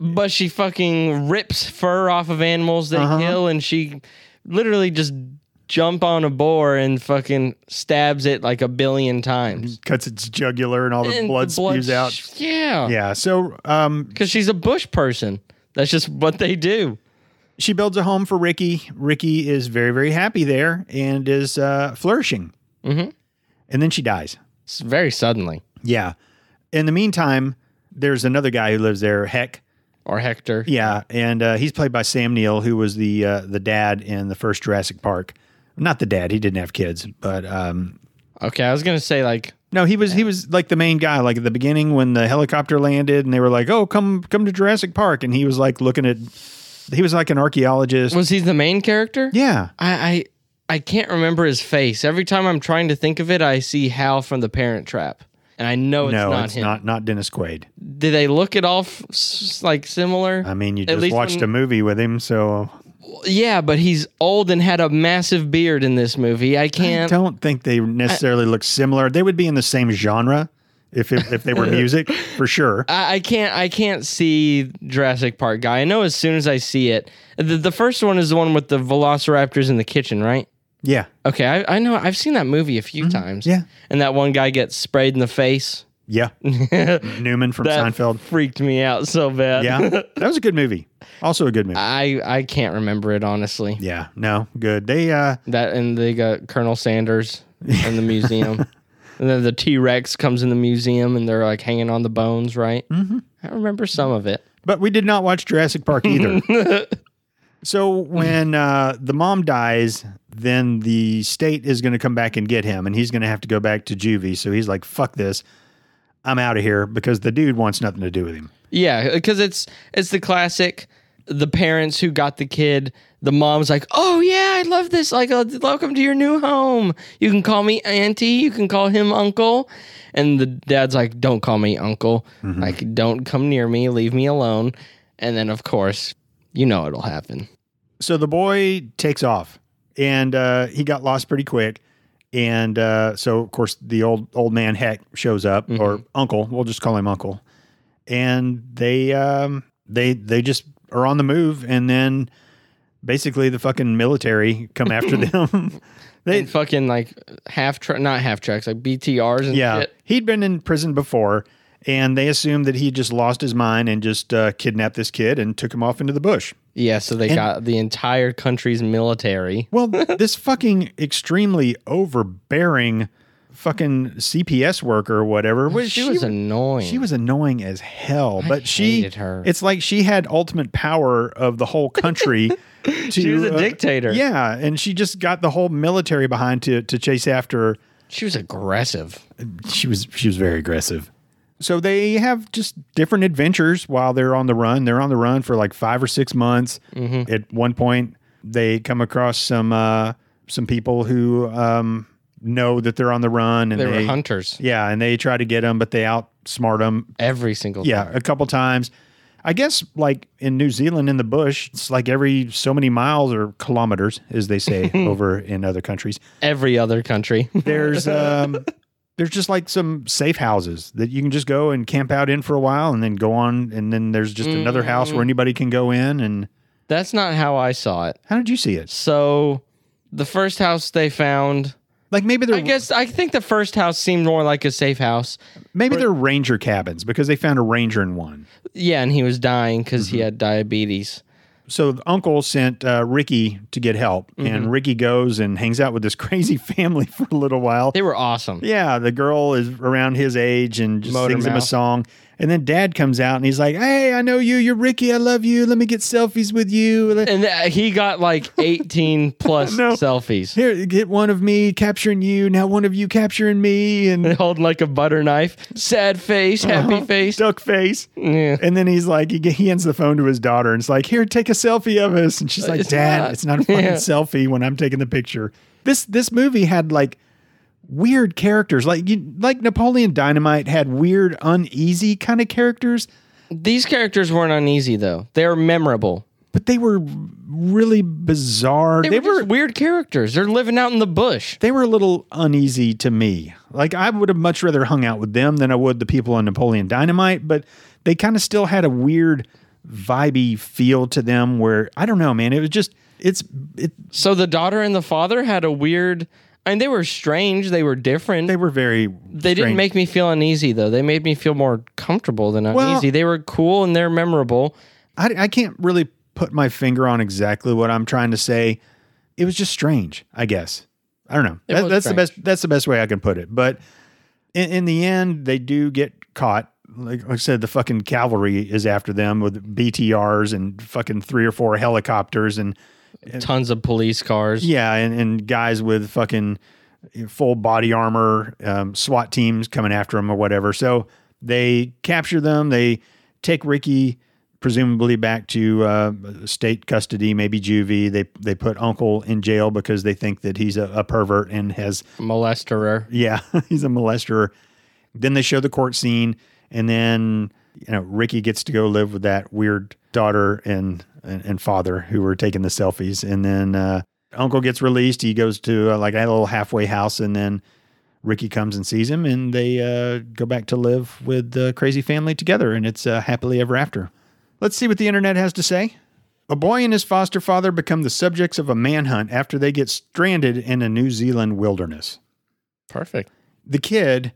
But she fucking rips fur off of animals they Uh-huh. kill, and she literally just jump on a boar and fucking stabs it like a billion times. cuts its jugular and all the And blood the spews out. sh- Yeah, yeah, so um, because she's a bush person. That's just what they do. she builds a home for Ricky. Ricky is very, very happy there and is uh, flourishing. Mhm. And then she dies. It's very suddenly. Yeah. In the meantime, there's another guy who lives there, Heck. Or Hector. Yeah, and uh, he's played by Sam Neill, who was the uh, the dad in the first Jurassic Park. Not the dad; he didn't have kids, but um, Okay, I was gonna say like no, he was he was like the main guy. Like at the beginning, when the helicopter landed, and they were like, "Oh, come come to Jurassic Park," and he was like looking at, he was like an archaeologist. was he the main character? Yeah, I, I I can't remember his face. Every time I'm trying to think of it, I see Hal from The Parent Trap, and I know it's no, not it's him. not not Dennis Quaid. Do they look at all f- s- like similar? I mean, you At just least watched when- a movie with him, so yeah, but he's old and had a massive beard in this movie. I I can't. don't think they necessarily look similar. They would be in the same genre if it, if they *laughs* were music for sure. I, I can't. I can't see Jurassic Park guy. I know as soon as I see it. The, the first one is the one with the Velociraptors in the kitchen, right? Yeah, Okay, I, I know. I've seen that movie a few times. Mm-hmm. yeah. and that one guy gets sprayed in the face. *laughs* yeah. Newman from That Seinfeld. freaked me out so bad. *laughs* Yeah, that was a good movie. Also a good movie. I I can't remember it honestly. Yeah, no, good. They uh, That and they got Colonel Sanders in the museum. and then the T Rex comes in the museum and they're like hanging on the bones, right? Mm-hmm. I remember some of it. but we did not watch Jurassic Park *laughs* either. so when uh, the mom dies, then the state is going to come back and get him, and he's going to have to go back to juvie. So he's like, "Fuck this, I'm out of here," because the dude wants nothing to do with him. Yeah, because it's it's the classic. The parents who got the kid, the mom's like, "Oh yeah, I love this. Like, uh, welcome to your new home. You can call me auntie. You can call him uncle." And the dad's like, "Don't call me uncle. Like, don't come near me. Leave me alone." And then, of course, you know it'll happen. so the boy takes off and uh, he got lost pretty quick and uh, so of course the old old man heck shows up or uncle we'll just call him uncle and they um, they they just are on the move and then basically the fucking military come after them *laughs* they And fucking like half truck, not half trucks, like BTRs and yeah shit. he'd been in prison before and they assumed that he just lost his mind and just uh, kidnapped this kid and took him off into the bush Yeah, so they got the entire country's military. Well, this fucking extremely overbearing fucking CPS worker or whatever was She, was annoying. she was annoying as hell, but she hated her. it's like she had ultimate power of the whole country *laughs* to, She was a uh, dictator. yeah, and she just got the whole military behind to to chase after. She was aggressive. She was she was very aggressive. So they have just different adventures while they're on the run. They're on the run for like five or six months. Mm-hmm. At one point, they come across some uh, some people who um, know that they're on the run, and They they, were hunters yeah, and they try to get them, but they outsmart them every single time. yeah, a couple times. I guess like in New Zealand in the bush, it's like every so many miles or kilometers, as *laughs* they say over in other countries. Every other country. *laughs* There's um there's just like some safe houses that you can just go and camp out in for a while and then go on and then there's just another house Mm. where anybody can go in and That's not how I saw it. how did you see it? So the first house they found, Like maybe they're I guess I think the first house seemed more like a safe house. maybe they're ranger cabins because they found a ranger in one. Yeah, and he was dying because Mm-hmm. he had diabetes. so the uncle sent uh, Ricky to get help, Mm-hmm. and Ricky goes and hangs out with this *laughs* crazy family for a little while. They were awesome. Yeah, the girl is around his age and just Motor sings him a mouth. song. And then dad comes out and he's like, Hey, I know you. You're Ricky. I love you. Let me get selfies with you. And th- he got like *laughs* 18 plus No. selfies. Here, get one of me capturing you. Now one of you capturing me. *laughs* And Holding like a butter knife, sad face, happy *laughs* face. duck face. Yeah. *laughs* And then he's like, he, g- he hands the phone to his daughter and it's like, here, take a selfie of us. And she's like, It's Dad, not." it's not a fucking Yeah. selfie when I'm taking the picture. This this movie had like weird characters, like you, like Napoleon Dynamite had weird, uneasy kind of characters, These characters weren't uneasy though. They're memorable. but they were really bizarre. They, were, just weird characters. They're living out in the bush. they were a little uneasy to me. Like I would have much rather hung out with them than I would the people on Napoleon Dynamite, but they kind of still had a weird vibey feel to them where I don't know, man. It was just it's it, So the daughter and the father had a weird I mean they were strange, they were different. they They, were very didn't strange. make me feel uneasy though. They made me feel more comfortable than uneasy. they were cool and they're memorable. I I can't really put my finger on exactly what I'm trying to say. It was just strange, I guess. I don't know. That- was that's the strange. best that's the best way I can put it. But in, in the end, they do get caught. Like, like I said, the fucking cavalry is after them with BTRs and fucking three or four helicopters and Tons of police cars. yeah, and, and guys with fucking full body armor, um, SWAT teams coming after them or whatever. So they capture them. They take Ricky presumably back to uh, state custody, maybe juvie. They they put Uncle in jail because they think that he's a, a pervert and has Molesterer. yeah, *laughs* he's a molester. Then they show the court scene, and then you know Ricky gets to go live with that weird daughter and and, and father who were taking the selfies. And then uh, Uncle gets released. He goes to uh, like a little halfway house, and then Ricky comes and sees him, and they uh, go back to live with the crazy family together, and it's uh, happily ever after. Let's see what the internet has to say. A boy and his foster father become the subjects of a manhunt after they get stranded in a New Zealand wilderness Perfect. the kid,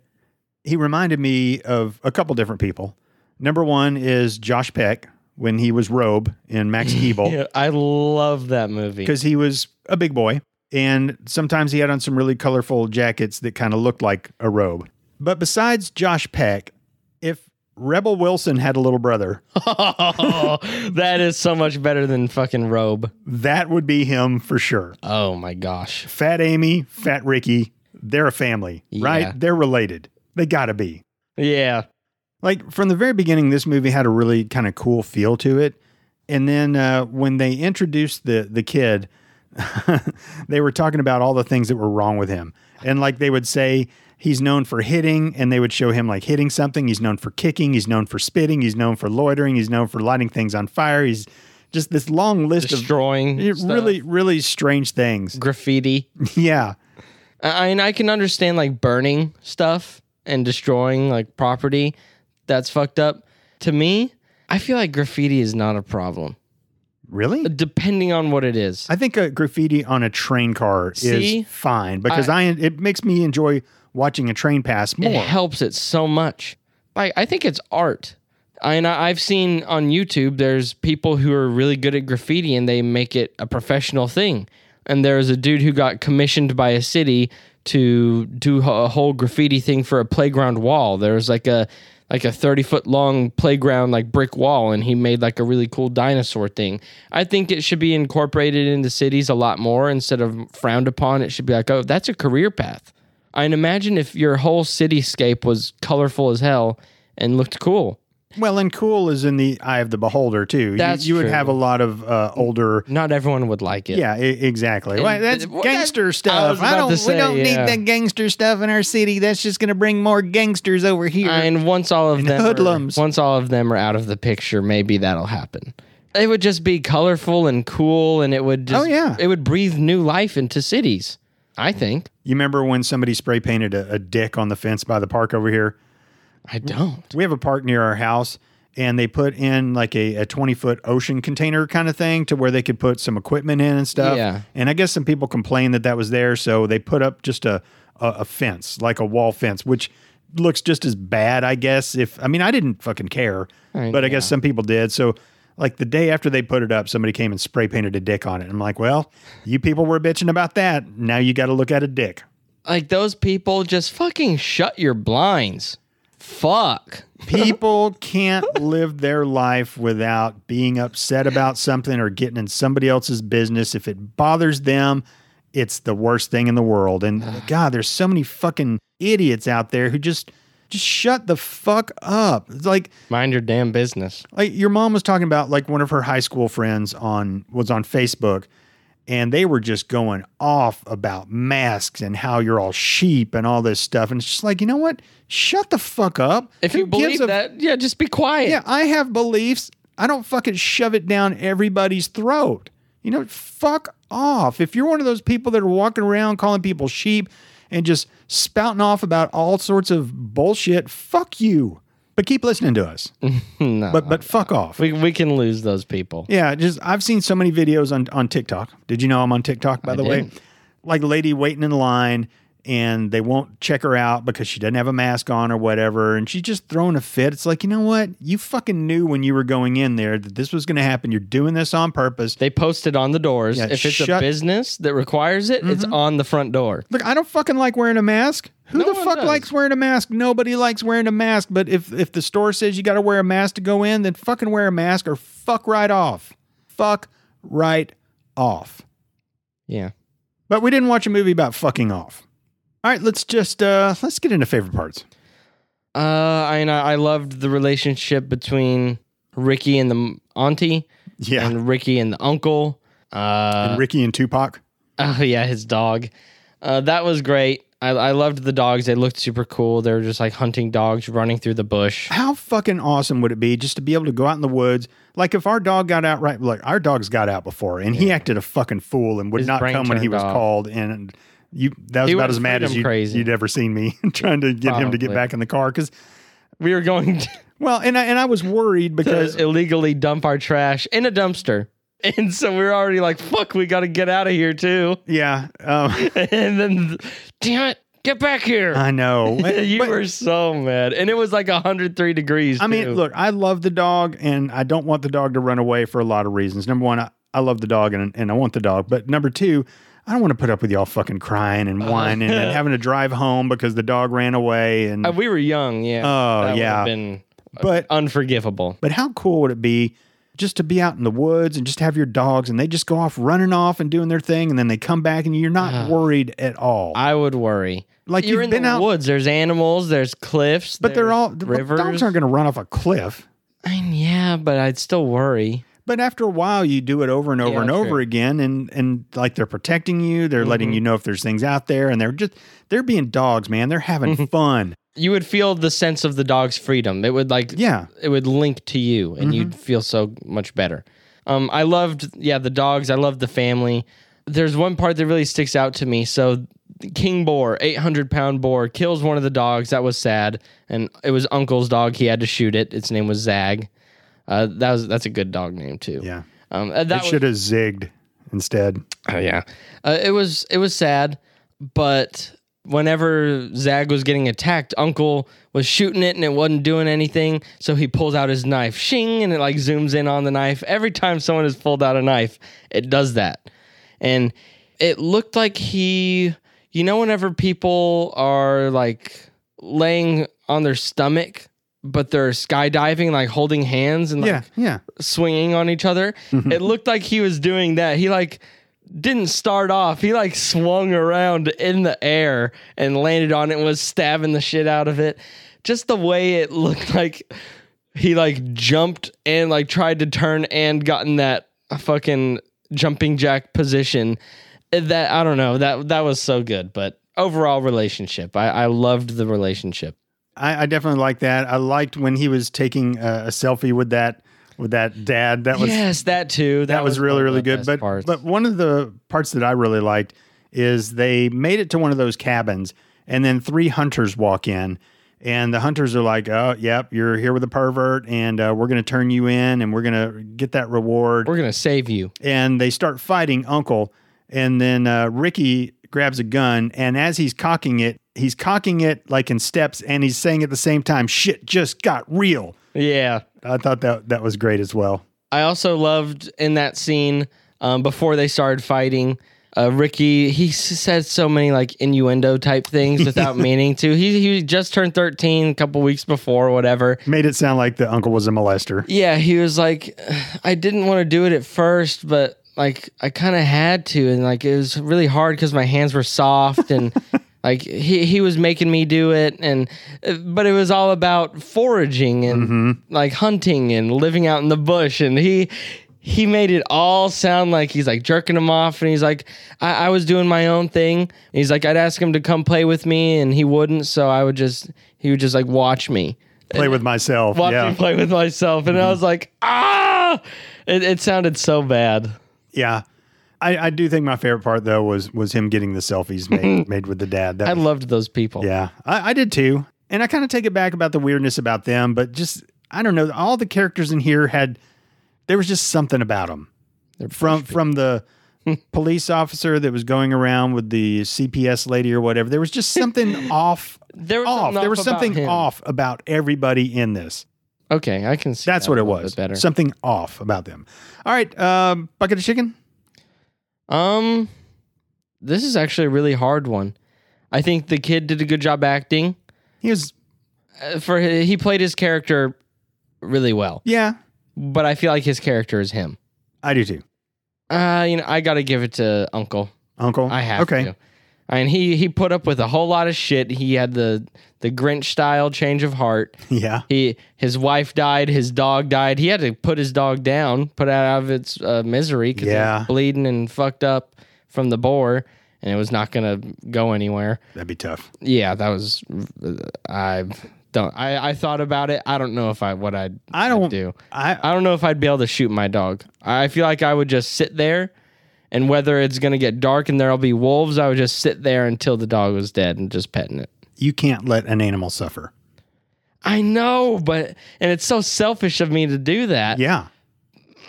he reminded me of a couple different people. Number one is Josh Peck when he was Robe in Max *laughs* Keeble Yeah, I love that *laughs* movie. because he was a big boy and sometimes he had on some really colorful jackets that kind of looked like a robe. But besides Josh Peck, if Rebel Wilson had a *laughs* little brother, Oh, *laughs* that is so much better than fucking robe. that would be him for sure. Oh my gosh. Fat Amy, Fat Ricky, they're a family, Yeah. right? They're related. They got to be. Yeah. Like from the very beginning, this movie had a really kind of cool feel to it, and then uh, when they introduced the the kid, *laughs* they were talking about all the things that were wrong with him, and like they would say he's known for hitting, and they would show him like hitting something. He's known for kicking. He's known for spitting. He's known for loitering. He's known for lighting things on fire. He's just this long list Destroying of stuff. really really strange things. *laughs* graffiti. yeah, I I mean, I can understand like burning stuff and destroying like property. That's fucked up. To me, I feel like graffiti is not a problem, really. depending on what it is. I think a graffiti on a train car See? is fine because I, it makes me enjoy watching a train pass It more. helps it so much. Like, I think it's art. I, and I, I've seen on YouTube, there's people who are really good at graffiti and they make it a professional thing. And there was a dude who got commissioned by a city to do a whole graffiti thing for a playground wall. There was like a like a 30 foot long playground like brick wall and he made like a really cool dinosaur thing. I think it should be incorporated into cities a lot more instead of frowned upon. It should be like, "Oh, that's a career path." And imagine if your whole cityscape was colorful as hell and looked cool. Well, and cool is in the eye of the beholder too. You- That's you, would true. have a lot of uh, older. Not everyone would like it. Yeah, e- exactly. Well, that's well, gangster that's- I stuff. was I, about to don't. say, we don't yeah. need that gangster stuff in our city. That's just going to bring more gangsters over here. And once all of them, hoodlums. Are, once all of them are out of the picture, maybe that'll happen. It would just be colorful and cool, and it would. Just, Oh, yeah. it would breathe new life into cities. I think. you remember when somebody spray painted a, a dick on the fence by the park over here? I don't. We have a park near our house, and they put in like a, a 20 foot ocean container kind of thing to where they could put some equipment in and stuff. Yeah. And I guess some people complained that that was there. So they put up just a, a, a fence, like a wall fence, which looks just as bad, I guess. If I mean, I didn't fucking care, Right, but I guess some people did. So, like the day after they put it up, somebody came and spray painted a dick on it. I'm like, well, you people were bitching about that. Now you got to look at a dick. Like those people, just fucking shut your blinds. Fuck. People can't live their life without being upset about something or getting in somebody else's business. If it bothers them, it's the worst thing in the world. And God, there's so many fucking idiots out there who just just shut the fuck up. It's like Mind your damn business. like your mom was talking about like one of her high school friends on was on Facebook and they were just going off about masks and how you're all sheep and all this stuff. And it's just like, you know what? Shut the fuck up. If Who you gives believe a that, yeah, just be quiet. yeah, I have beliefs. I don't fucking shove it down everybody's throat. You know, fuck off. If you're one of those people that are walking around calling people sheep and just spouting off about all sorts of bullshit, fuck you. But keep listening to us. *laughs* No. But but fuck off. we we can lose those people. Yeah, just I've seen so many videos on on TikTok. Did you know I'm on TikTok by the way? didn't. Like a lady waiting in line and they won't check her out because she doesn't have a mask on or whatever and she's just throwing a fit. It's like, "You know what? You fucking knew when you were going in there that this was going to happen. You're doing this on purpose." They post it on the doors. Yeah, if it's a shut- Mm-hmm. business that requires it, it's on the front door. Look, I don't fucking like wearing a mask. Who No the one fuck does. likes wearing a mask? Nobody likes wearing a mask, but if if the store says you got to wear a mask to go in, then fucking wear a mask or fuck right off. Fuck right off. Yeah. But we didn't watch a movie about fucking off. All right, let's just uh let's get into favorite parts. Uh, I mean, I I loved the relationship between Ricky and the m- auntie, Yeah. And, and Ricky and the uncle. Uh, Ricky and Tupac. oh *laughs* yeah, his dog. Uh, that was great. I, I loved the dogs. They looked super cool. They were just like hunting dogs running through the *laughs* bush. How fucking awesome would it be just to be able to go out in the woods? Like if our dog got out right like our dog's got out before and he acted a fucking fool and would His not brain come when he turned was off. called and you that was He about went as mad as freedom you, crazy. you'd ever seen me *laughs* trying to get him to get Probably. back in the car cuz We were going *laughs* to well and I, and I was *laughs* worried because illegally dump our trash in a dumpster, *laughs* and so we were already like, "Fuck, we got to get out of here too." *laughs* yeah um, And then, damn it, get back here. I *laughs* know you But- were so mad, and it was like 103 degrees. I mean, too. look, I love the dog, and I don't want the dog to run away for a lot of reasons. Number one, I, I love the dog, and and I want the dog. But number two, I don't want to put up with y'all fucking *laughs* crying and whining and having to drive home because the dog ran away. And Uh, we were young, yeah. Oh, that would yeah. have been but unforgivable. but how cool would it be just to be out in the woods and just have your dogs, and they just go off running off and doing their thing, and then they come back, and *sighs* you're not worried at all. I would worry. Like, you're you've in been the out- woods. There's animals. There's cliffs. but they're there's all the rivers. dogs aren't going to run off a cliff. I mean, yeah, but I'd still worry. But after a while, you do it over and over Yeah, and over true. Mm-hmm. again, and and like they're protecting you, they're letting you know if there's things out there, and they're just they're being dogs, man. They're Mm-hmm. having fun. You would feel the sense of the dog's freedom. It would like Yeah, it would link to you, and Mm-hmm. you'd feel so much better. Um, I loved yeah the dogs. I loved the family. There's one part that really sticks out to me. So King Boar, 800 pound boar, kills one of the dogs. That was sad, and it was Uncle's dog. He had to shoot it. Its name was Zag. Uh, that was that's a good dog name too. yeah. Um, uh, that It was, should have zigged instead. oh, yeah. Uh, it was it was sad, but whenever Zag was getting attacked, Uncle was shooting it and it wasn't doing anything. So he pulls out his knife, shing, and it like zooms in on the knife. Every time someone has pulled out a knife, it does that, and it looked like he you know, whenever people are like laying on their stomach, but they're skydiving, like holding hands and like yeah, yeah. swinging on each other, Mm-hmm. it looked like he was doing that. He like didn't start off. He like swung around in the air and landed on it and was stabbing the shit out of it. Just the way it looked like he like jumped and like tried to turn and gotten that fucking jumping jack position. That I don't know. That that was so good. But overall relationship. I, I loved the relationship. I, I definitely like that. I liked when he was taking a, a selfie with that with that dad. That was yes, that too. That, that was really one of really the good. best But parts. but one of the parts that I really liked is they made it to one of those cabins, and then three hunters walk in, and the hunters are like, "Oh, yep, you're here with a pervert, and uh, we're going to turn you in, and we're going to get that reward." we're gonna save you. and they start fighting Uncle. And then uh, Ricky grabs a gun, and as he's cocking it, he's cocking it like in steps, and he's saying at the same time, "Shit just got real." Yeah. I thought that that was great as well. I also loved in that scene um, before they started fighting. Uh, Ricky, he s- said so many like innuendo type things without meaning to. He he just turned thirteen a couple weeks before, whatever. Made it sound like the uncle was a molester. Yeah, he was like, *sighs* I didn't want to do it at first, but like I kind of had to, and like it was really hard because my hands were soft and. Like he, he was making me do it, and uh, but it was all about foraging and like hunting and living out in the bush. And he he made it all sound like he's like jerking him off, and he's like, I, I was doing my own thing. And he's like, I'd ask him to come play with me, and he wouldn't, so I would just he would just like watch me Play with myself. watching Yeah, Mm-hmm. play with myself, and I was like, ah! It, it sounded so bad. yeah. I, I do think my favorite part though was was him getting the *laughs* selfies made made with the dad. That I was- loved those people. Yeah, I, I did too. And I kind of take it back about the weirdness about them, but just I don't know. All the characters in here had there was just something about them. From *laughs* from the police officer that was going around with the CPS lady or whatever. There was just *laughs* something off. There was something off. There off was about something him. off about everybody in this. Okay, I can see. That's that what a it little was. bit better. Something off about them. All right, um, bucket of chicken. um, this is actually a really hard one. I think the kid did a good job acting. He was Uh, For hi- he played his character really well, yeah. but I feel like his character is him. I do too. Uh, you know, I got to give it to Uncle. Uncle. I have okay. to. I mean, he he put up with a whole lot of shit. He had the the Grinch style change of heart. Yeah. He his wife died, his dog died. He had to put his dog down, put it out of its uh, misery because it Yeah. was bleeding and fucked up from the boar, and it was not gonna go anywhere. That'd be tough. Yeah, that was uh, I don't I, I thought about it. I don't know if I what I'd I don't- I'd do. I I don't know if I'd be able to shoot my dog. I feel like I would just sit there, and whether it's gonna get dark and there'll be wolves, I would just sit there until the dog was dead and just petting it. you can't let an animal suffer. I know, but and it's so selfish of me to do that. Yeah.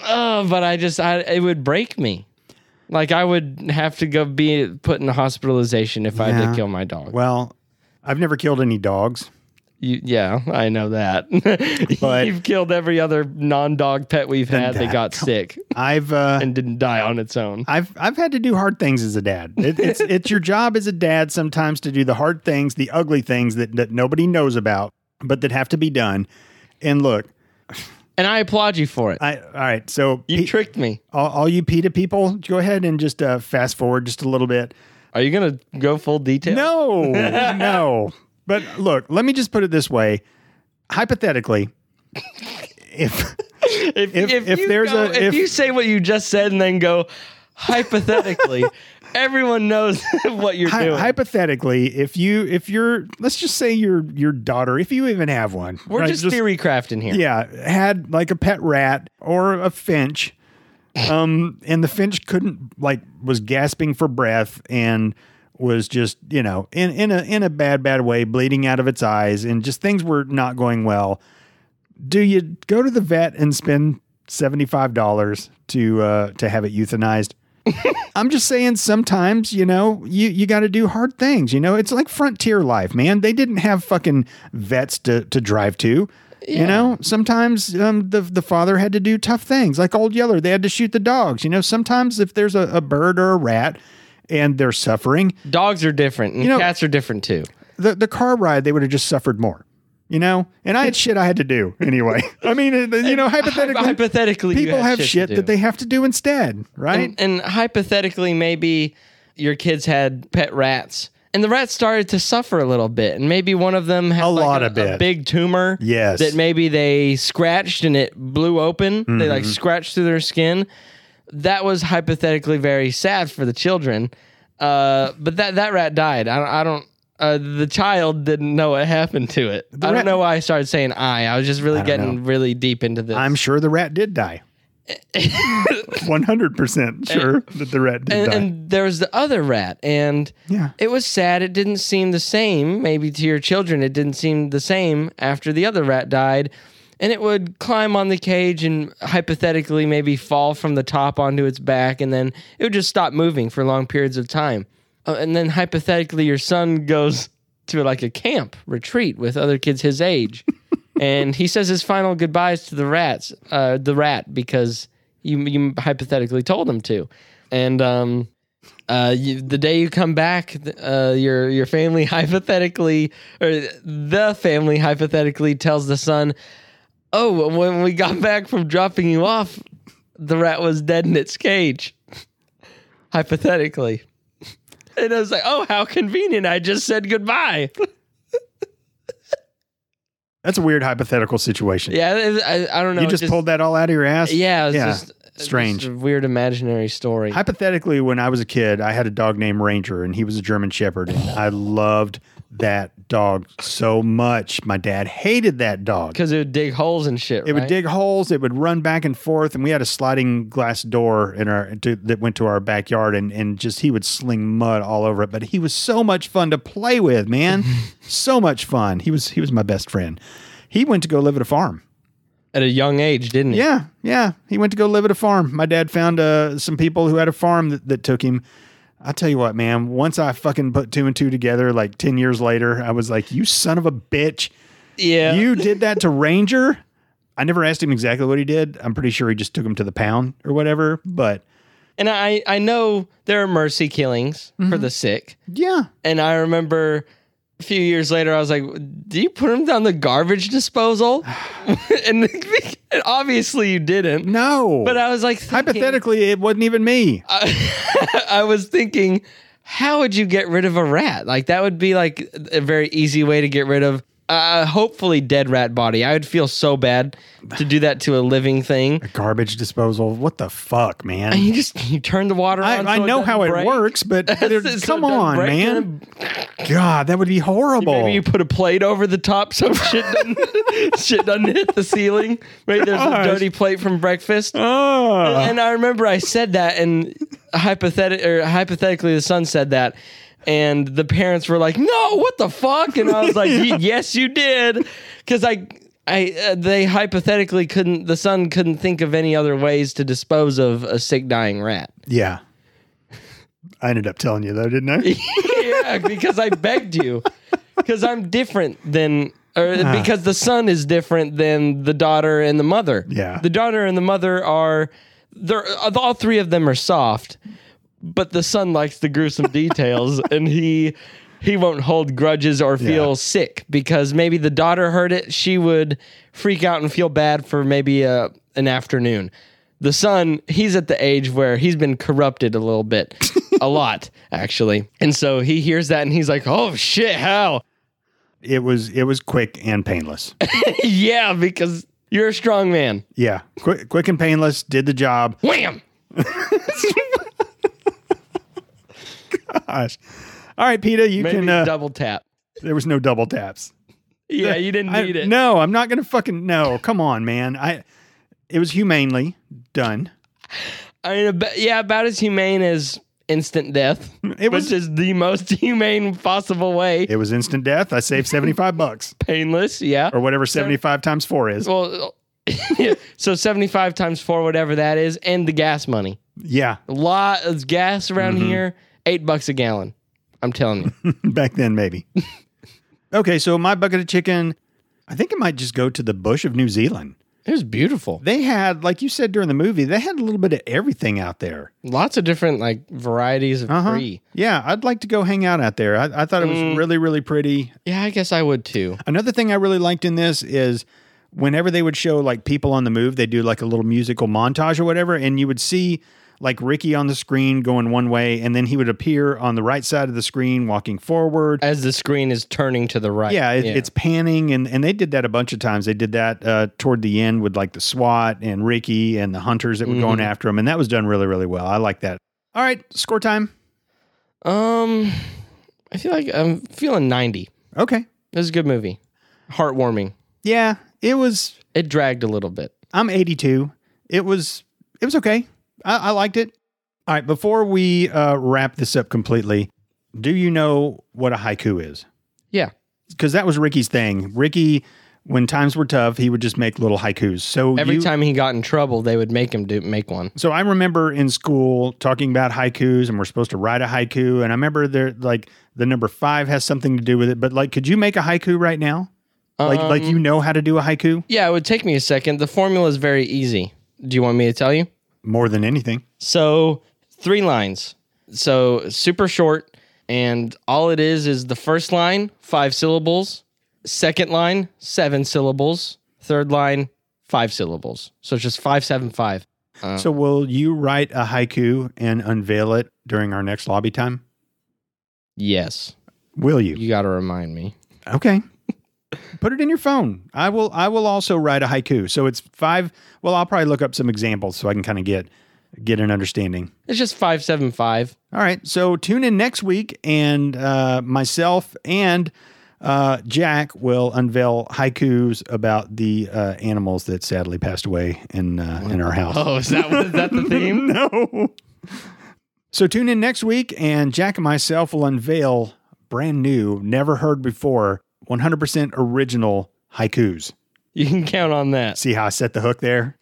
Uh, but I just I it would break me. Like I would have to go be put in hospitalization if I had Yeah. to kill my dog. Well, I've never killed any dogs. You, yeah, I know that. *laughs* But- You've killed every other non-dog pet we've had that- that got sick I've uh, and didn't die on its own. I've I've had to do hard things as a dad. *laughs* It, it's it's your job as a dad sometimes to do the hard things, the ugly things that, that nobody knows about, but that have to be done. And look, And I applaud you for it. I all right. So you P- tricked me. all, all you PETA people, go ahead and just uh, fast forward just a little bit. Are you gonna go full detail? No, *laughs* no. But look, let me just put it this way: hypothetically, *laughs* if If, If- if you there's go- a- if, if- you say what you just said and then go *laughs* hypothetically, everyone knows *laughs* what you're Hy- doing. hypothetically, if you if your let's just say your your daughter, if you even have one, We're right, just, theory crafting here. yeah, had like a pet rat or a finch, um, and the finch couldn't like was gasping for breath and was just you know in in a in a bad bad way, bleeding out of its eyes, and just things were not going well. Do you go to the vet and spend seventy five dollars to uh, to have it euthanized? I'm just saying sometimes, you know, you, you got to do hard things. You know, it's like frontier life, man. They didn't have fucking vets to, to drive to. You know, sometimes um, the, the father had to do tough things like Old Yeller. They had to shoot the dogs. You know, sometimes if there's a, a bird or a rat and they're suffering. Dogs are different, and You know- cats are different too. The the car ride, they would have just suffered more. You know, and I had shit I had to do anyway. *laughs* I mean, it- *laughs* you know, hypothetically, Hypothetically, you people had have shit, shit, to do. that they have to do instead, right? And, and hypothetically, maybe your kids had pet rats, and the rats started to suffer a little bit, and maybe one of them had A like, lot a, of bit. big tumor. Yes. that maybe they scratched and it blew open. They Mm-hmm. like scratched through their skin. That was hypothetically very sad for the children, uh, but that that rat died. I don't. I don't uh, the child didn't know what happened to it. I rat- don't know why I started saying I. I was just really don't getting really deep into this. I'm sure the rat *laughs* did die. 100% sure that the rat did and, die. and there was the other rat, and yeah. it was sad. It didn't seem the same. Maybe to your children, it didn't seem the same after the other rat died. And it would climb on the cage and hypothetically maybe fall from the top onto its back, and then it would just stop moving for long periods of time. Uh, and then hypothetically, your son goes to like a camp retreat with other kids his age, and he says his final goodbyes to the rats, uh, the rat, because you, you hypothetically told him to. And um, uh, you, the day you come back, th- uh, your your family *laughs* hypothetically, or the family hypothetically tells the son, "Oh, when we got back from dropping you off, the rat was dead in its cage." *laughs* hypothetically, and I was like, "Oh, how convenient! I just said goodbye." *laughs* That's a weird hypothetical situation. yeah, it- I, I don't know. you it just, pulled that all out of your *laughs* ass? Yeah, it's just strange. just a weird imaginary story. Hypothetically, when I was a kid, I had a dog named Ranger, and he was a German Shepherd, and I loved that dog so much. My dad hated that dog. because it would dig holes and shit. It would right? dig holes. It would run back and forth, and we had a sliding glass door in our to, that went to our backyard, and and just he would sling mud all over it. But he was so much fun to play with, man. so much fun. He was he was my best friend. He went to go live at a farm. at a young age, didn't it? Yeah, yeah. He went to go live at a farm. My dad found uh, some people who had a farm that, that took him. I tell you what, man. Once I fucking put two and two together, like ten years later, I was like, "You son of a bitch! Yeah, You did that to Ranger." I never asked him exactly what he did. I'm pretty sure he just took him to the pound or whatever. But And I, I know there are mercy killings Mm-hmm. for the sick. yeah, And I remember a few years later, I was like, Do you put him down the garbage *sighs* disposal? *laughs* and, *laughs* and obviously you didn't. no. But uh, I was like, thinking- hypothetically, it wasn't even me. I, I was thinking, How would you get rid of a rat? Like, that would be like a very easy way to get rid of. Uh, hopefully, dead rat body. I would feel so bad to do that to a living thing. Garbage disposal. What the fuck, man? You just you turn the water I, on. I so know doesn't how it break. *laughs* works, but there- So it come doesn't on, break. man. God, that would be horrible. Maybe you put a plate over the top so shit doesn't, *laughs* shit doesn't hit the ceiling. Right there's a Gosh. dirty plate from breakfast. Ah. And I remember I said that, and hypothet- or hypothetically, the son said that, and the parents were like, "No, what the fuck?" And I was like, "Y- "Yes, you did," because I, I, uh, they hypothetically couldn't. The son couldn't think of any other ways to dispose of a sick, dying rat. Yeah. I ended up telling you though, didn't I? yeah, because I begged you. Because I'm different than, or because the son is different than the daughter and the mother. Yeah. The daughter and the mother are, they're all three of them are soft, but the son likes the *laughs* gruesome details, and he he won't hold grudges or feel Yeah. sick because maybe the daughter heard it. She would freak out and feel bad for maybe a, an afternoon. The son, he's at the age where he's been corrupted a little bit, *laughs* a lot actually, and so he hears that and he's like, "Oh shit, how?" *laughs* It was it was quick and painless. yeah, because you're a strong man. Yeah. Quick quick and painless, did the job. Wham! Gosh. All right, PETA, you Maybe can uh, double tap. there was no double taps. Yeah, you didn't I- need it. No, I'm not gonna fucking no. Come on, man. I it was humanely done. I mean, ab- yeah, about as humane as instant death, It was which is the most *laughs* humane possible way. it was instant death. I saved 75 bucks Painless, yeah. or whatever 75 times 4 *laughs* is. Well, *laughs* so seventy-five times four, whatever that is, and the gas money. Yeah. *laughs* A lot of gas around Mm-hmm. here, eight bucks a gallon. I'm telling you. Back then, maybe. okay, so my bucket of chicken, I think *laughs* it might just go to the bush of New Zealand. It was beautiful. They had, like you said during the movie, they had a little bit of everything out there. Lots of different like varieties of Uh-huh. tree. Yeah, I'd like to go hang out out there. I, I thought it was Mm. really, really pretty. Yeah, I guess I would too. Another thing I really liked in this is whenever they would show like people on the move, they do like a little musical montage or whatever, and you would see like Ricky on the screen going one way, and then he would appear on the right side of the screen walking forward. As the screen is turning to the right. yeah, it, it's panning, and and they did that a bunch of times. They did that uh, toward the end with like the SWAT and Ricky and the hunters that were going after him, and that was done really, really well. I like that. All right, score time. um I feel like I'm feeling 90. Okay, It was a good movie. Heartwarming. yeah, it was. It dragged a little bit. I'm 82. It was it was okay. I, I liked it. All right. Before we uh, wrap this up completely, do you know what a haiku is? Yeah. Because that was Ricky's thing. Ricky, when times were tough, he would just make little haikus. So Every you- time he got in trouble, they would make him do make one. So I remember in school talking about haikus, and we're supposed to write a haiku. And I remember there like the number five has something to do with it. But like, could you make a haiku right now? Like, like Um, you know how to do a haiku Yeah, it would take me a second. The formula is very easy. Do you want me to tell you? more than anything. So, three lines. So, super short. And all it is is the first line, five syllables. Second line, seven syllables. Third line, five syllables. So, it's just five, seven, five. Uh, So will you write a haiku and unveil it during our next lobby time? yes. Will you? You got to remind me. Okay. Put it in your phone. I will I will also write a haiku. So it's five well, I'll probably look up some examples so I can kind of get get an understanding. It's just five, seven, five. All right. So tune in next week and uh, myself and uh, Jack will unveil haikus about the uh, animals that sadly passed away in uh, in our house. Oh, is that, is that the *laughs* theme? no. So tune in next week, and Jack and myself will unveil brand new, never heard before, 100% original haikus. You can count on that. See how I set the hook there?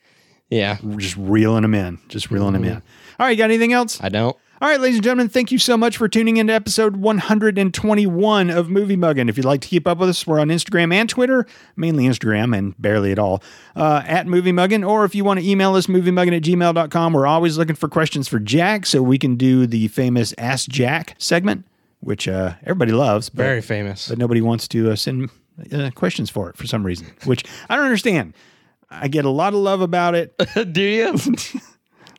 Yeah. We're just reeling them in, just reeling them in. All right, you got anything else? I don't. All right, ladies and gentlemen, thank you so much for tuning in to episode 121 of Movie Muggin. If you'd like to keep up with us, we're on Instagram and Twitter, mainly Instagram and barely at all, uh, at Movie Muggin. Or if you want to email us, moviemuggin at gmail.com. We're always looking for questions for Jack so we can do the famous Ask Jack segment, which uh, everybody loves. But Very famous. but nobody wants to uh, send uh, questions for it for some reason, which I don't understand. I get a lot of love about it, *laughs* *laughs* Do *laughs* you?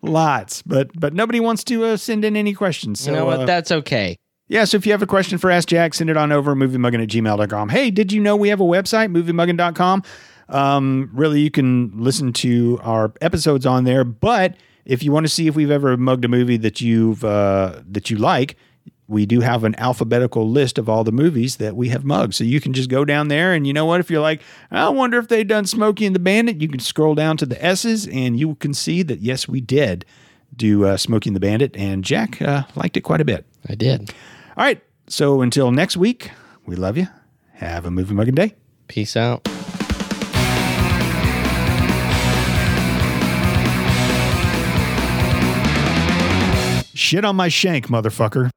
lots, but but nobody wants to uh, send in any questions. So, you know uh, what? That's okay. yeah, so if you have a question for Ask Jack, send it on over moviemuggin at gmail.com. Hey, did you know we have a website, moviemuggin.com? Um, really, you can listen to our episodes on there, but if you want to see if we've ever mugged a movie that you've uh, that you like, we do have an alphabetical list of all the movies that we have mugged. So you can just go down there and you know what? If you're like, I wonder if they've done Smokey and the Bandit, you can scroll down to the S's and you can see that yes, we did do uh, Smokey and the Bandit, and Jack uh, liked it quite a bit. I did. All right. So until next week, we love you. Have a movie mugging day. Peace out. Shit on my shank, motherfucker.